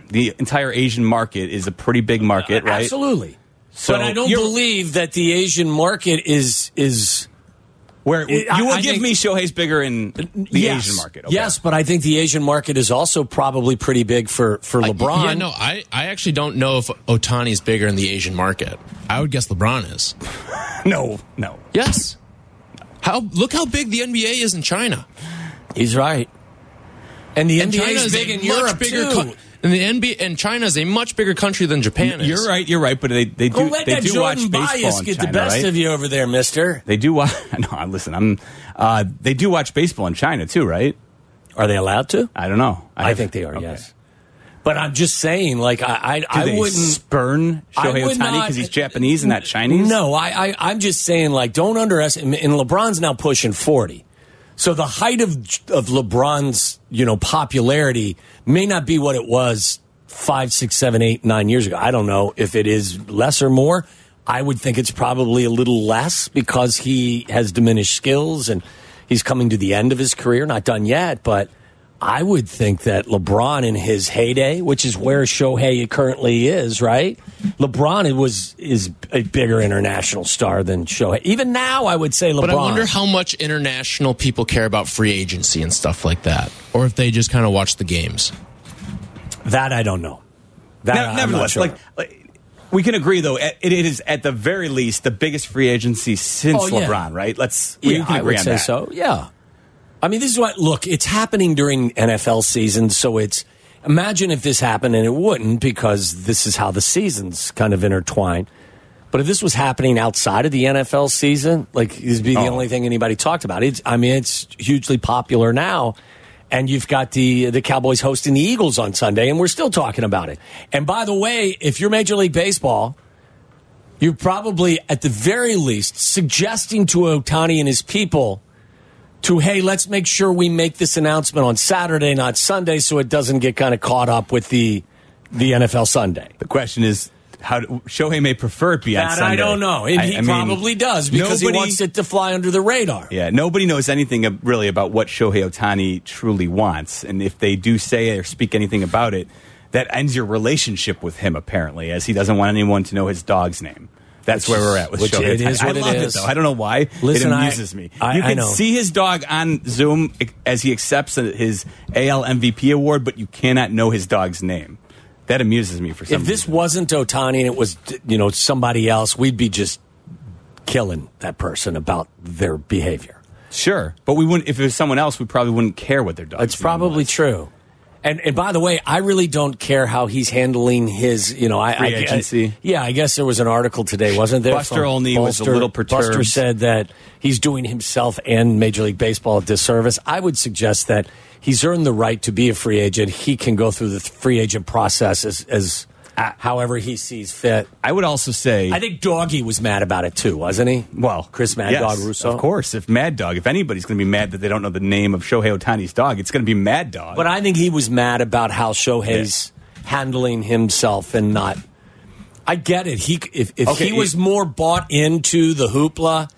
Speaker 4: The entire Asian market is a pretty big market, right?
Speaker 1: Absolutely.
Speaker 4: So
Speaker 1: but I don't
Speaker 4: you're-
Speaker 1: believe that the Asian market is is
Speaker 4: Where
Speaker 1: It- I-
Speaker 4: you will
Speaker 1: I
Speaker 4: give
Speaker 1: think-
Speaker 4: me Shohei's bigger in the
Speaker 1: yes.
Speaker 4: Asian market. Okay.
Speaker 1: Yes, but I think the Asian market is also probably pretty big for for
Speaker 6: I-
Speaker 1: LeBron.
Speaker 6: Yeah, no, I, I actually don't know if Otani's bigger in the Asian market. I would guess LeBron is.
Speaker 4: no, no.
Speaker 6: Yes. How look how big the NBA is in China.
Speaker 1: He's right. And the
Speaker 6: And
Speaker 1: NBA
Speaker 6: China
Speaker 1: is
Speaker 6: is
Speaker 1: big
Speaker 6: a
Speaker 1: in
Speaker 6: much
Speaker 1: Europe
Speaker 6: bigger
Speaker 1: too.
Speaker 6: co- And the NBA and China is a much bigger country than Japan is.
Speaker 4: You're right. You're right. But they they do
Speaker 1: Don't let
Speaker 4: they
Speaker 1: that
Speaker 4: do
Speaker 1: Jordan
Speaker 4: watch baseball
Speaker 1: bias
Speaker 4: in
Speaker 1: get
Speaker 4: China,
Speaker 1: the best
Speaker 4: right?
Speaker 1: of you over there, Mister.
Speaker 4: They do watch. No, listen. I'm. Uh, they do watch baseball in China too, right?
Speaker 1: Are they allowed to?
Speaker 4: I don't know.
Speaker 1: I,
Speaker 4: have-
Speaker 1: think they are.
Speaker 4: okay.
Speaker 1: Yes, but I'm just saying, like I, I,
Speaker 4: Do
Speaker 1: I
Speaker 4: they
Speaker 1: wouldn't.
Speaker 4: spurn
Speaker 1: I
Speaker 4: Shohei
Speaker 1: would
Speaker 4: Otani
Speaker 1: not-
Speaker 4: because he's Japanese and not Chinese.
Speaker 1: No, I, I, I'm just saying, like, don't underestimate. And LeBron's now pushing 40. So the height of, of LeBron's, you know, popularity may not be what it was five, six, seven, eight, nine years ago. I don't know if it is less or more. I would think it's probably a little less because he has diminished skills and he's coming to the end of his career. Not done yet, but I would think that LeBron in his heyday, which is where Shohei currently is, right? LeBron was is a bigger international star than Shohei. Even now, I would say LeBron.
Speaker 6: But I wonder how much international people care about free agency and stuff like that, or if they just kind of watch the games.
Speaker 1: that I don't know. That
Speaker 4: Ne-
Speaker 1: I- I'm not
Speaker 4: nevertheless,
Speaker 1: sure.
Speaker 4: like, like, we can agree though, it, it is at the very least the biggest free agency since
Speaker 1: Oh, yeah.
Speaker 4: LeBron, right? Let's we can
Speaker 1: I
Speaker 4: agree
Speaker 1: would
Speaker 4: on
Speaker 1: say
Speaker 4: that.
Speaker 1: so. Yeah. I mean, this is what look. It's happening during NFL season, so it's imagine if this happened and it wouldn't because this is how the seasons kind of intertwine. But if this was happening outside of the NFL season, like this would be the
Speaker 4: Oh.
Speaker 1: only thing anybody talked about. It's, I mean, it's hugely popular now. And you've got the the Cowboys hosting the Eagles on Sunday, and we're still talking about it. And by the way, if you're Major League Baseball, you're probably at the very least suggesting to Otani and his people to hey, let's make sure we make this announcement on Saturday, not Sunday, so it doesn't get kind of caught up with the the NFL Sunday.
Speaker 4: The question is, how do, Shohei may prefer it be on
Speaker 1: That
Speaker 4: Sunday.
Speaker 1: I don't know. And
Speaker 4: I-
Speaker 1: he
Speaker 4: I mean,
Speaker 1: probably does because
Speaker 4: nobody-
Speaker 1: he wants it to fly under the radar.
Speaker 4: Yeah, nobody knows anything ab- really about what Shohei Otani truly wants, and if they do say or speak anything about it, that ends your relationship with him. Apparently, as he doesn't want anyone to know his dog's name. That's where we're at with
Speaker 1: which
Speaker 4: Shohei.
Speaker 1: it
Speaker 4: Ohtani.
Speaker 1: is
Speaker 4: I
Speaker 1: what it
Speaker 4: love
Speaker 1: is.
Speaker 4: though. I don't know why.
Speaker 1: Listen,
Speaker 4: it
Speaker 1: I-
Speaker 4: amuses me.
Speaker 1: I-
Speaker 4: you
Speaker 1: I
Speaker 4: can
Speaker 1: know.
Speaker 4: see his dog on Zoom as he accepts his AL MVP award, but you cannot know his dog's name. That amuses me for some
Speaker 1: If this
Speaker 4: reason.
Speaker 1: wasn't Otani and it was you know somebody else, we'd be just killing that person about their behavior.
Speaker 4: sure, but we wouldn't. If it was someone else, we probably wouldn't care what their dog.
Speaker 1: It's probably true. And, and by the way, I really don't care how he's handling his, you know, I, I
Speaker 4: Free agency.
Speaker 1: yeah, I guess there was an article today, wasn't there?
Speaker 4: Buster
Speaker 1: from
Speaker 4: Olney was a little perturbed.
Speaker 1: Buster said that he's doing himself and Major League Baseball a disservice. I would suggest that he's earned the right to be a free agent. He can go through the free agent process as, as however he sees fit.
Speaker 4: I would also say
Speaker 1: I think Doggy was mad about it too, wasn't he?
Speaker 4: Well,
Speaker 1: Chris Mad
Speaker 4: yes,
Speaker 1: Dog Russo,
Speaker 4: Of course, if Mad Dog, if anybody's going to be mad that they don't know the name of Shohei Otani's dog, it's going to be Mad Dog.
Speaker 1: But I think he was mad about how Shohei's handling himself and not. I get it. He if, if
Speaker 4: Okay,
Speaker 1: he
Speaker 4: you-
Speaker 1: was more bought into the hoopla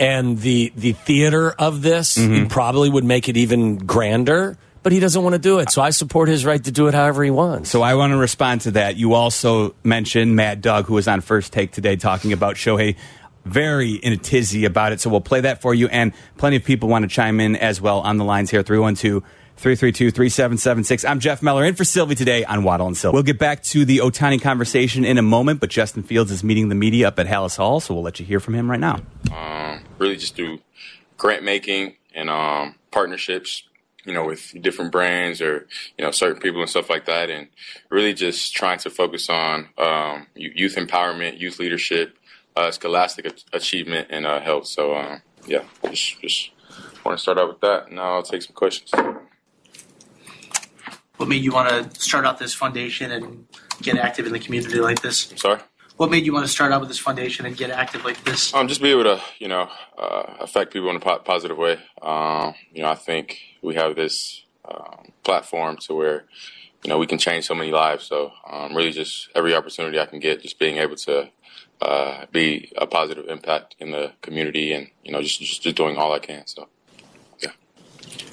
Speaker 1: and the the theater of this,
Speaker 4: Mm-hmm.
Speaker 1: he probably would make it even grander. But he doesn't want to do it, so I support his right to do it however he wants.
Speaker 4: so I want to respond to that. You also mentioned Mad Dog, who was on First Take today, talking about Shohei, very in a tizzy about it. So we'll play that for you, and plenty of people want to chime in as well on the lines here. 312 332 3776. I'm Jeff Meller in for Sylvie today on Waddle and Sylvie. We'll get back to the Otani conversation in a moment, but Justin Fields is meeting the media up at Hallis Hall, so we'll let you hear from him right now.
Speaker 8: really just through grant making and um, partnerships, you know, with different brands or you know certain people and stuff like that, and really just trying to focus on um, y- youth empowerment, youth leadership, uh, scholastic a- achievement, and uh, health. So um, yeah, just just want to start out with that, and I'll take some questions.
Speaker 9: What made you want to start out this foundation and get active in the community like this?
Speaker 8: I'm sorry.
Speaker 9: What made you want to start out with this foundation and get active like this?
Speaker 8: Um, just be able to, you know, uh, affect people in a po- positive way. Um, you know, I think we have this um, platform to where, you know, we can change so many lives. So, um, really, just every opportunity I can get, just being able to uh, be a positive impact in the community, and you know, just just, just doing all I can. So.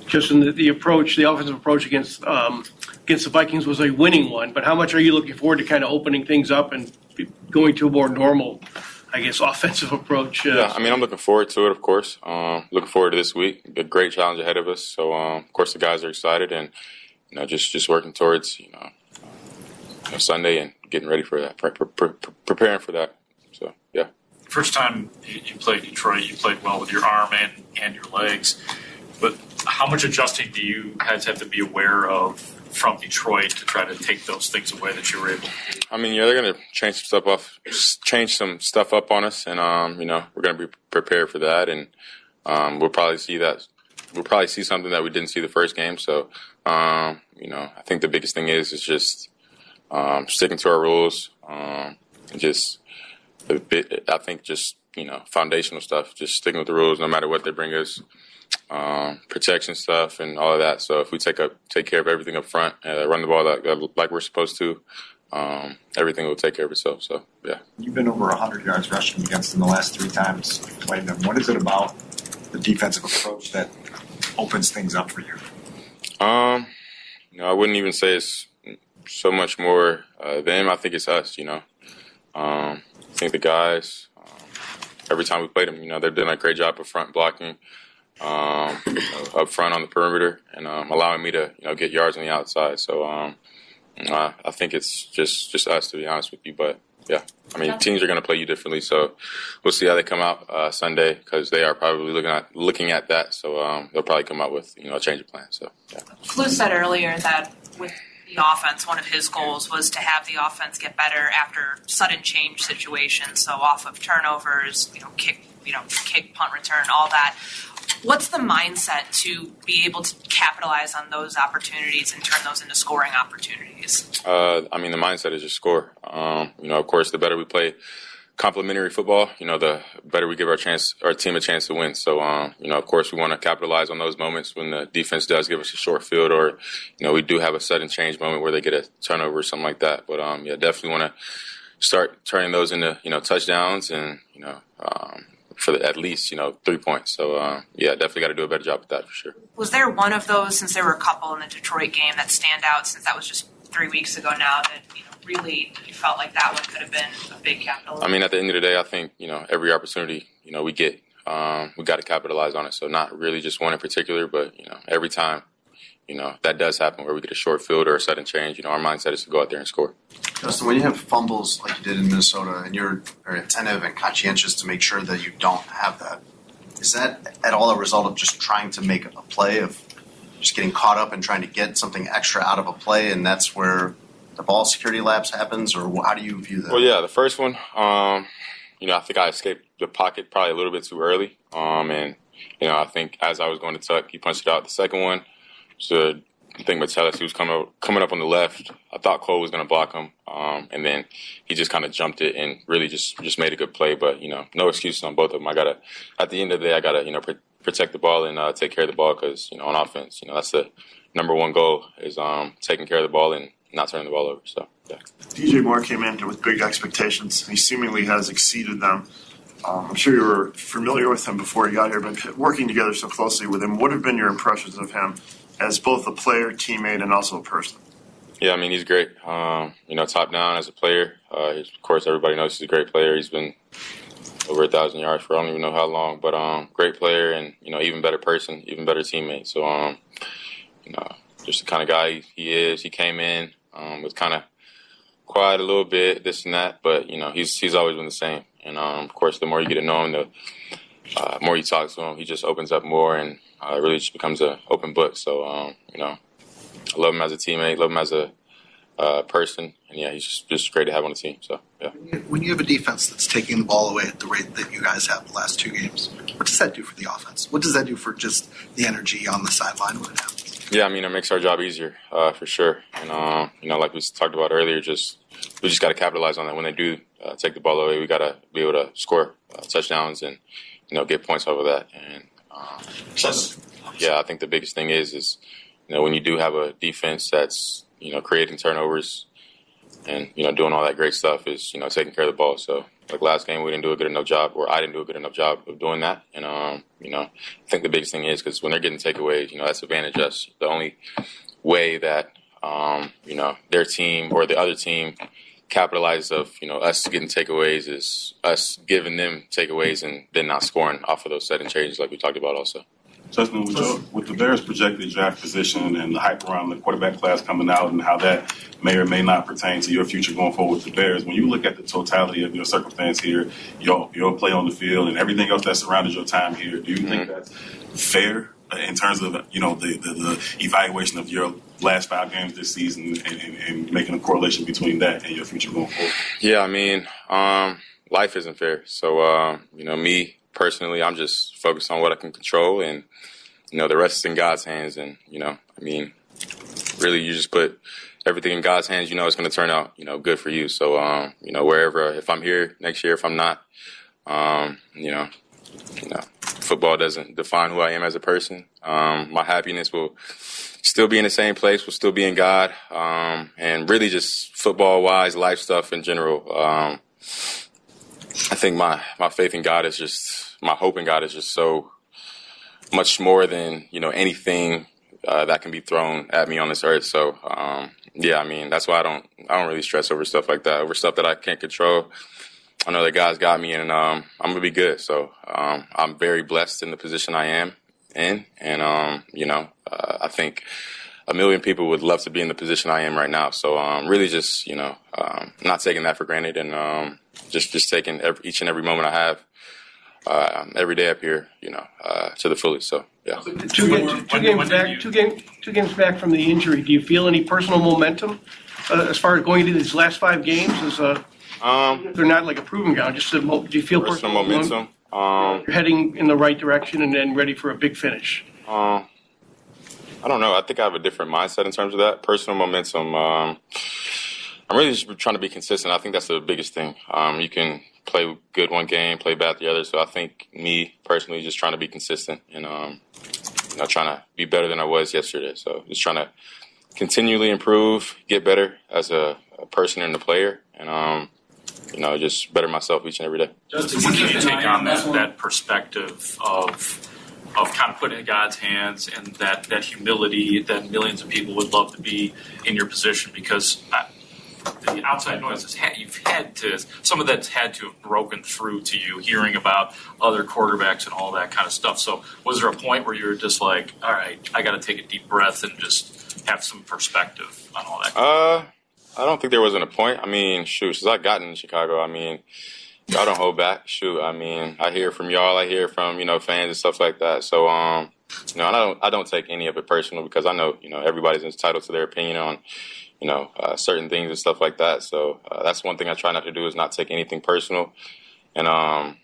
Speaker 10: Just in the, the approach, the offensive approach against um, against the Vikings was a winning one. But how much are you looking forward to kind of opening things up and going to a more normal, I guess, offensive approach? Uh,
Speaker 8: Yeah, I mean, I'm looking forward to it, of course. Um, looking forward to this week. A great challenge ahead of us. So, um, of course, the guys are excited, and you know, just just working towards you know, you know, Sunday and getting ready for that, pre- pre- pre- preparing for that. So, yeah.
Speaker 11: first time you you played Detroit, you played well with your arm and, and your legs. But how much adjusting do you guys have to be aware of from Detroit to try to take those things away that you were able. to
Speaker 8: I mean, yeah, they're going to change some stuff off, change some stuff up on us, and um, you know, we're going to be prepared for that, and um, we'll probably see that. We'll probably see something that we didn't see the first game. So, um, you know, I think the biggest thing is is just um, sticking to our rules. Um, and just a bit, I think, just you know, foundational stuff. Just sticking with the rules, no matter what they bring us. Um, protection stuff and all of that. So if we take up, take care of everything up front, uh, run the ball like, like we're supposed to, um, everything will take care of itself. So yeah.
Speaker 12: You've been over 100 yards rushing against them the last three times you played them. What is it about the defensive approach that opens things up for you?
Speaker 8: Um, you know, I wouldn't even say it's so much more uh, them. I think it's us. You know, um, I think the guys. Um, every time we played them, you know, they've done a great job of front blocking, um, you know, up front on the perimeter, and um, allowing me to you know get yards on the outside. So um, I, I think it's just just us to be honest with you, but. Yeah, I mean, teams are going to play you differently, so we'll see how they come out uh, Sunday because they are probably looking at looking at that. So um, they'll probably come out with you know a change of plan. So yeah.
Speaker 13: Flew said earlier that with the offense, one of his goals was to have the offense get better after sudden change situations. So off of turnovers, you know, kick, you know, kick, punt, return, all that. What's the mindset to be able to capitalize on those opportunities and turn those into scoring opportunities?
Speaker 8: Uh, I mean, the mindset is just score. Um, you know, of course, the better we play complementary football, you know, the better we give our chance, our team a chance to win. So, um, you know, of course, we want to capitalize on those moments when the defense does give us a short field, or you know, we do have a sudden change moment where they get a turnover or something like that. But um, yeah, definitely want to start turning those into you know touchdowns and you know. Um, for the, at least you know three points, so uh, yeah, definitely got to do a better job with that for sure.
Speaker 13: Was there one of those, since there were a couple in the Detroit game, that stand out since that was just three weeks ago now that you know really you felt like that one could have been a big capital?
Speaker 8: I mean, at the end of the day, I think you know every opportunity you know we get, um, we got to capitalize on it. So not really just one in particular, but you know every time, you know that does happen where we get a short field or a sudden change. You know our mindset is to go out there and score.
Speaker 12: Justin, when you have fumbles like you did in Minnesota and you're very attentive and conscientious to make sure that you don't have that, is that at all a result of just trying to make a play of just getting caught up and trying to get something extra out of a play, and that's where the ball security lapse happens, or how do you view that?
Speaker 8: Well, yeah, the first one, um, you know, I think I escaped the pocket probably a little bit too early, um, and you know, I think as I was going to tuck, he punched it out. The second one, so I think Metellus, he was coming up, coming up on the left. I thought Cole was going to block him, um, and then he just kind of jumped it and really just just made a good play. But you know, no excuses on both of them. I gotta at the end of the day, I gotta you know pr- protect the ball and uh, take care of the ball because you know on offense, you know that's the number one goal is um, taking care of the ball and not turning the ball over. So yeah.
Speaker 14: DJ Moore came in with big expectations. He seemingly has exceeded them. Um, I'm sure you were familiar with him before he got here, but working together so closely with him, what have been your impressions of him as both a player, teammate, and also a person?
Speaker 8: Yeah, I mean he's great. Um, you know, top down as a player. Uh, he's, of course, everybody knows he's a great player. He's been over a thousand yards for I don't even know how long, but um, great player and you know even better person, even better teammate. So um, you know, just the kind of guy he is. He came in um, was kind of quiet a little bit, this and that, but you know he's he's always been the same. And um, of course, the more you get to know him, the uh, more you talk to him, he just opens up more and uh, really just becomes an open book. So um, you know, I love him as a teammate, love him as a uh, person, and yeah, he's just just great to have on the team. So yeah.
Speaker 12: When you have a defense that's taking the ball away at the rate that you guys have the last two games, what does that do for the offense? What does that do for just the energy on the sideline when it happens?
Speaker 8: Yeah, I mean, it makes our job easier uh, for sure. And um, you know, like we talked about earlier, just we just got to capitalize on that. When they do uh, take the ball away, we got to be able to score uh, touchdowns and you know get points over that. And um, plus, yeah, I think the biggest thing is is you know when you do have a defense that's you know creating turnovers and you know doing all that great stuff is you know taking care of the ball. So like last game, we didn't do a good enough job, or I didn't do a good enough job of doing that. And um, you know, I think the biggest thing is because when they're getting takeaways, you know, that's advantage us. The only way that um, you know their team or the other team capitalizes of you know us getting takeaways is us giving them takeaways and then not scoring off of those sudden changes like we talked about also.
Speaker 11: Justin, with, the- with the Bears' projected draft position and the hype around the quarterback class coming out and how that may or may not pertain to your future going forward with the Bears, when you look at the totality of your circumstance here,
Speaker 8: Mm-hmm.
Speaker 11: your, your play on the field, and everything else that surrounded your time here, do you think that's fair in terms of you know the, the, the evaluation of your last five games this season and, and, and making a correlation between that and your future going forward?
Speaker 8: Yeah, I mean, um, life isn't fair. So, um, you know, me personally, I'm just focused on what I can control, and you know, the rest is in God's hands. And you know, I mean, really, you just put everything in God's hands. You know, it's going to turn out, you know, good for you. So, um, you know, wherever, if I'm here next year, if I'm not, um, you know, you know, football doesn't define who I am as a person. Um, my happiness will still be in the same place, will still be in God, um, and really just football wise, life stuff in general. Um, I think my my faith in God is just my hope in God is just so much more than you know anything uh, that can be thrown at me on this earth. So um, yeah, I mean that's why I don't I don't really stress over stuff like that over stuff that I can't control. I know that God's got me, and um, I'm gonna be good. So um, I'm very blessed in the position I am in, and um, you know, uh, I think a million people would love to be in the position I am right now. So um, really, just you know, um, not taking that for granted, and um, just just taking every, each and every moment I have, uh, every day up here, you know, uh, to the fullest. So yeah.
Speaker 10: Two, ga- two games back, two game, two games back from the injury. Do you feel any personal momentum uh, as far as going into these last five games? Is uh,
Speaker 8: Um,
Speaker 10: they're not like a proving ground. Just a mo- do you feel personal
Speaker 8: momentum? Um,
Speaker 10: You're heading in the right direction and then ready for a big finish.
Speaker 8: Um, I don't know. I think I have a different mindset in terms of that personal momentum. Um, I'm really just trying to be consistent. I think that's the biggest thing. Um, you can play good one game, play bad the other. So I think me personally, just trying to be consistent and um, you know, trying to be better than I was yesterday. So just trying to continually improve, get better as a, a person and a player, and um, you know, just better myself each and every day.
Speaker 15: Justin, what can you take on that, that perspective of of kind of putting it in God's hands and that, that humility that millions of people would love to be in your position because I, the outside noise has had, you've had to some of that's had to have broken through to you hearing about other quarterbacks and all that kind of stuff. So was there a point where you were just like, all right, I got to take a deep breath and just have some perspective on all that?
Speaker 8: Uh, I don't think there wasn't a point. I mean, shoot, since I got in Chicago, I mean, y'all don't hold back. Shoot, I mean, I hear from y'all, I hear from you know fans and stuff like that. So, um, you know, and I don't, I don't take any of it personal because I know you know everybody's entitled to their opinion on you know uh, certain things and stuff like that. So uh, that's one thing I try not to do is not take anything personal, and um,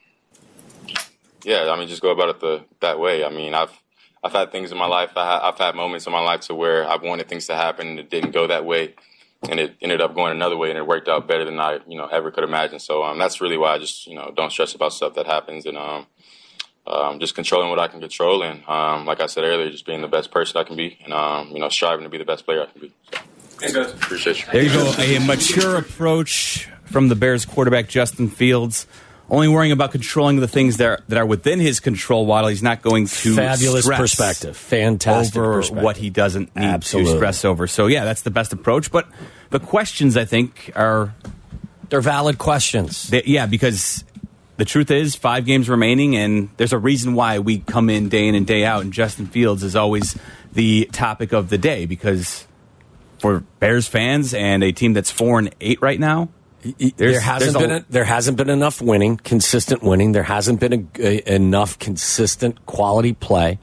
Speaker 8: yeah, I mean, just go about it the that way. I mean, I've I've had things in my life. I ha- I've had moments in my life to where I've wanted things to happen and it didn't go that way, and it ended up going another way, and it worked out better than I you know ever could imagine. So um, that's really why I just you know don't stress about stuff that happens, and um, um, just controlling what I can control, and um, like I said earlier, just being the best person I can be, and um, you know, striving to be the best player I can be. Thanks, guys. Appreciate you.
Speaker 4: There you go. A mature approach from the Bears quarterback Justin Fields. Only worrying about controlling the things that are, that are within his control while he's not going to
Speaker 1: Fabulous
Speaker 4: stress
Speaker 1: perspective. Fantastic
Speaker 4: over
Speaker 1: perspective.
Speaker 4: what he doesn't need
Speaker 1: Absolutely.
Speaker 4: to stress over. So yeah, that's the best approach. But the questions I think are
Speaker 1: they're valid questions.
Speaker 4: yeah, because the truth is five games remaining, and there's a reason why we come in day in and day out. And Justin Fields is always the topic of the day because for Bears fans and a team that's four and eight right now.
Speaker 1: there hasn't been a, there hasn't been enough winning, consistent winning. There hasn't been a, a- enough consistent quality play.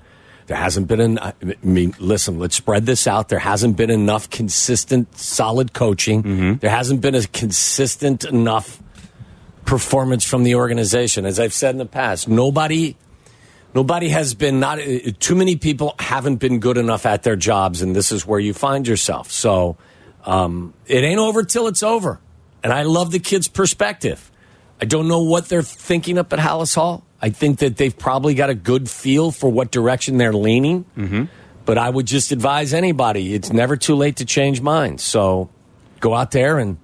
Speaker 1: There hasn't been an. I mean, listen, let's spread this out. There hasn't been enough consistent, solid coaching. There hasn't been a consistent enough performance from the organization. As I've said in the past, nobody Nobody has been not uh, too many people haven't been good enough at their jobs, and this is where you find yourself. So um, it ain't over till it's over. And I love the kids' perspective. I don't know what they're thinking up at Hallis Hall. I think that they've probably got a good feel for what direction they're leaning.
Speaker 4: Mm-hmm.
Speaker 1: But I would just advise anybody: it's never too late to change minds. So go out there and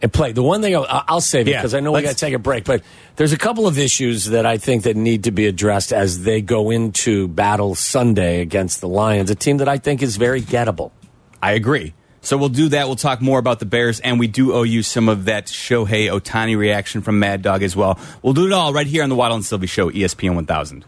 Speaker 1: and play. The one thing I'll, I'll save it
Speaker 4: Yeah,
Speaker 1: because I know we
Speaker 4: let's-
Speaker 1: got to take a break. But there's a couple of issues that I think that need to be addressed as they go into battle Sunday against the Lions, a team that I think is very gettable.
Speaker 4: I agree. So we'll do that. We'll talk more about the Bears, and we do owe you some of that E Shohei Otani reaction from Mad Dog as well. We'll do it all right here on the Waddle and Sylvie Show, ESPN 1000.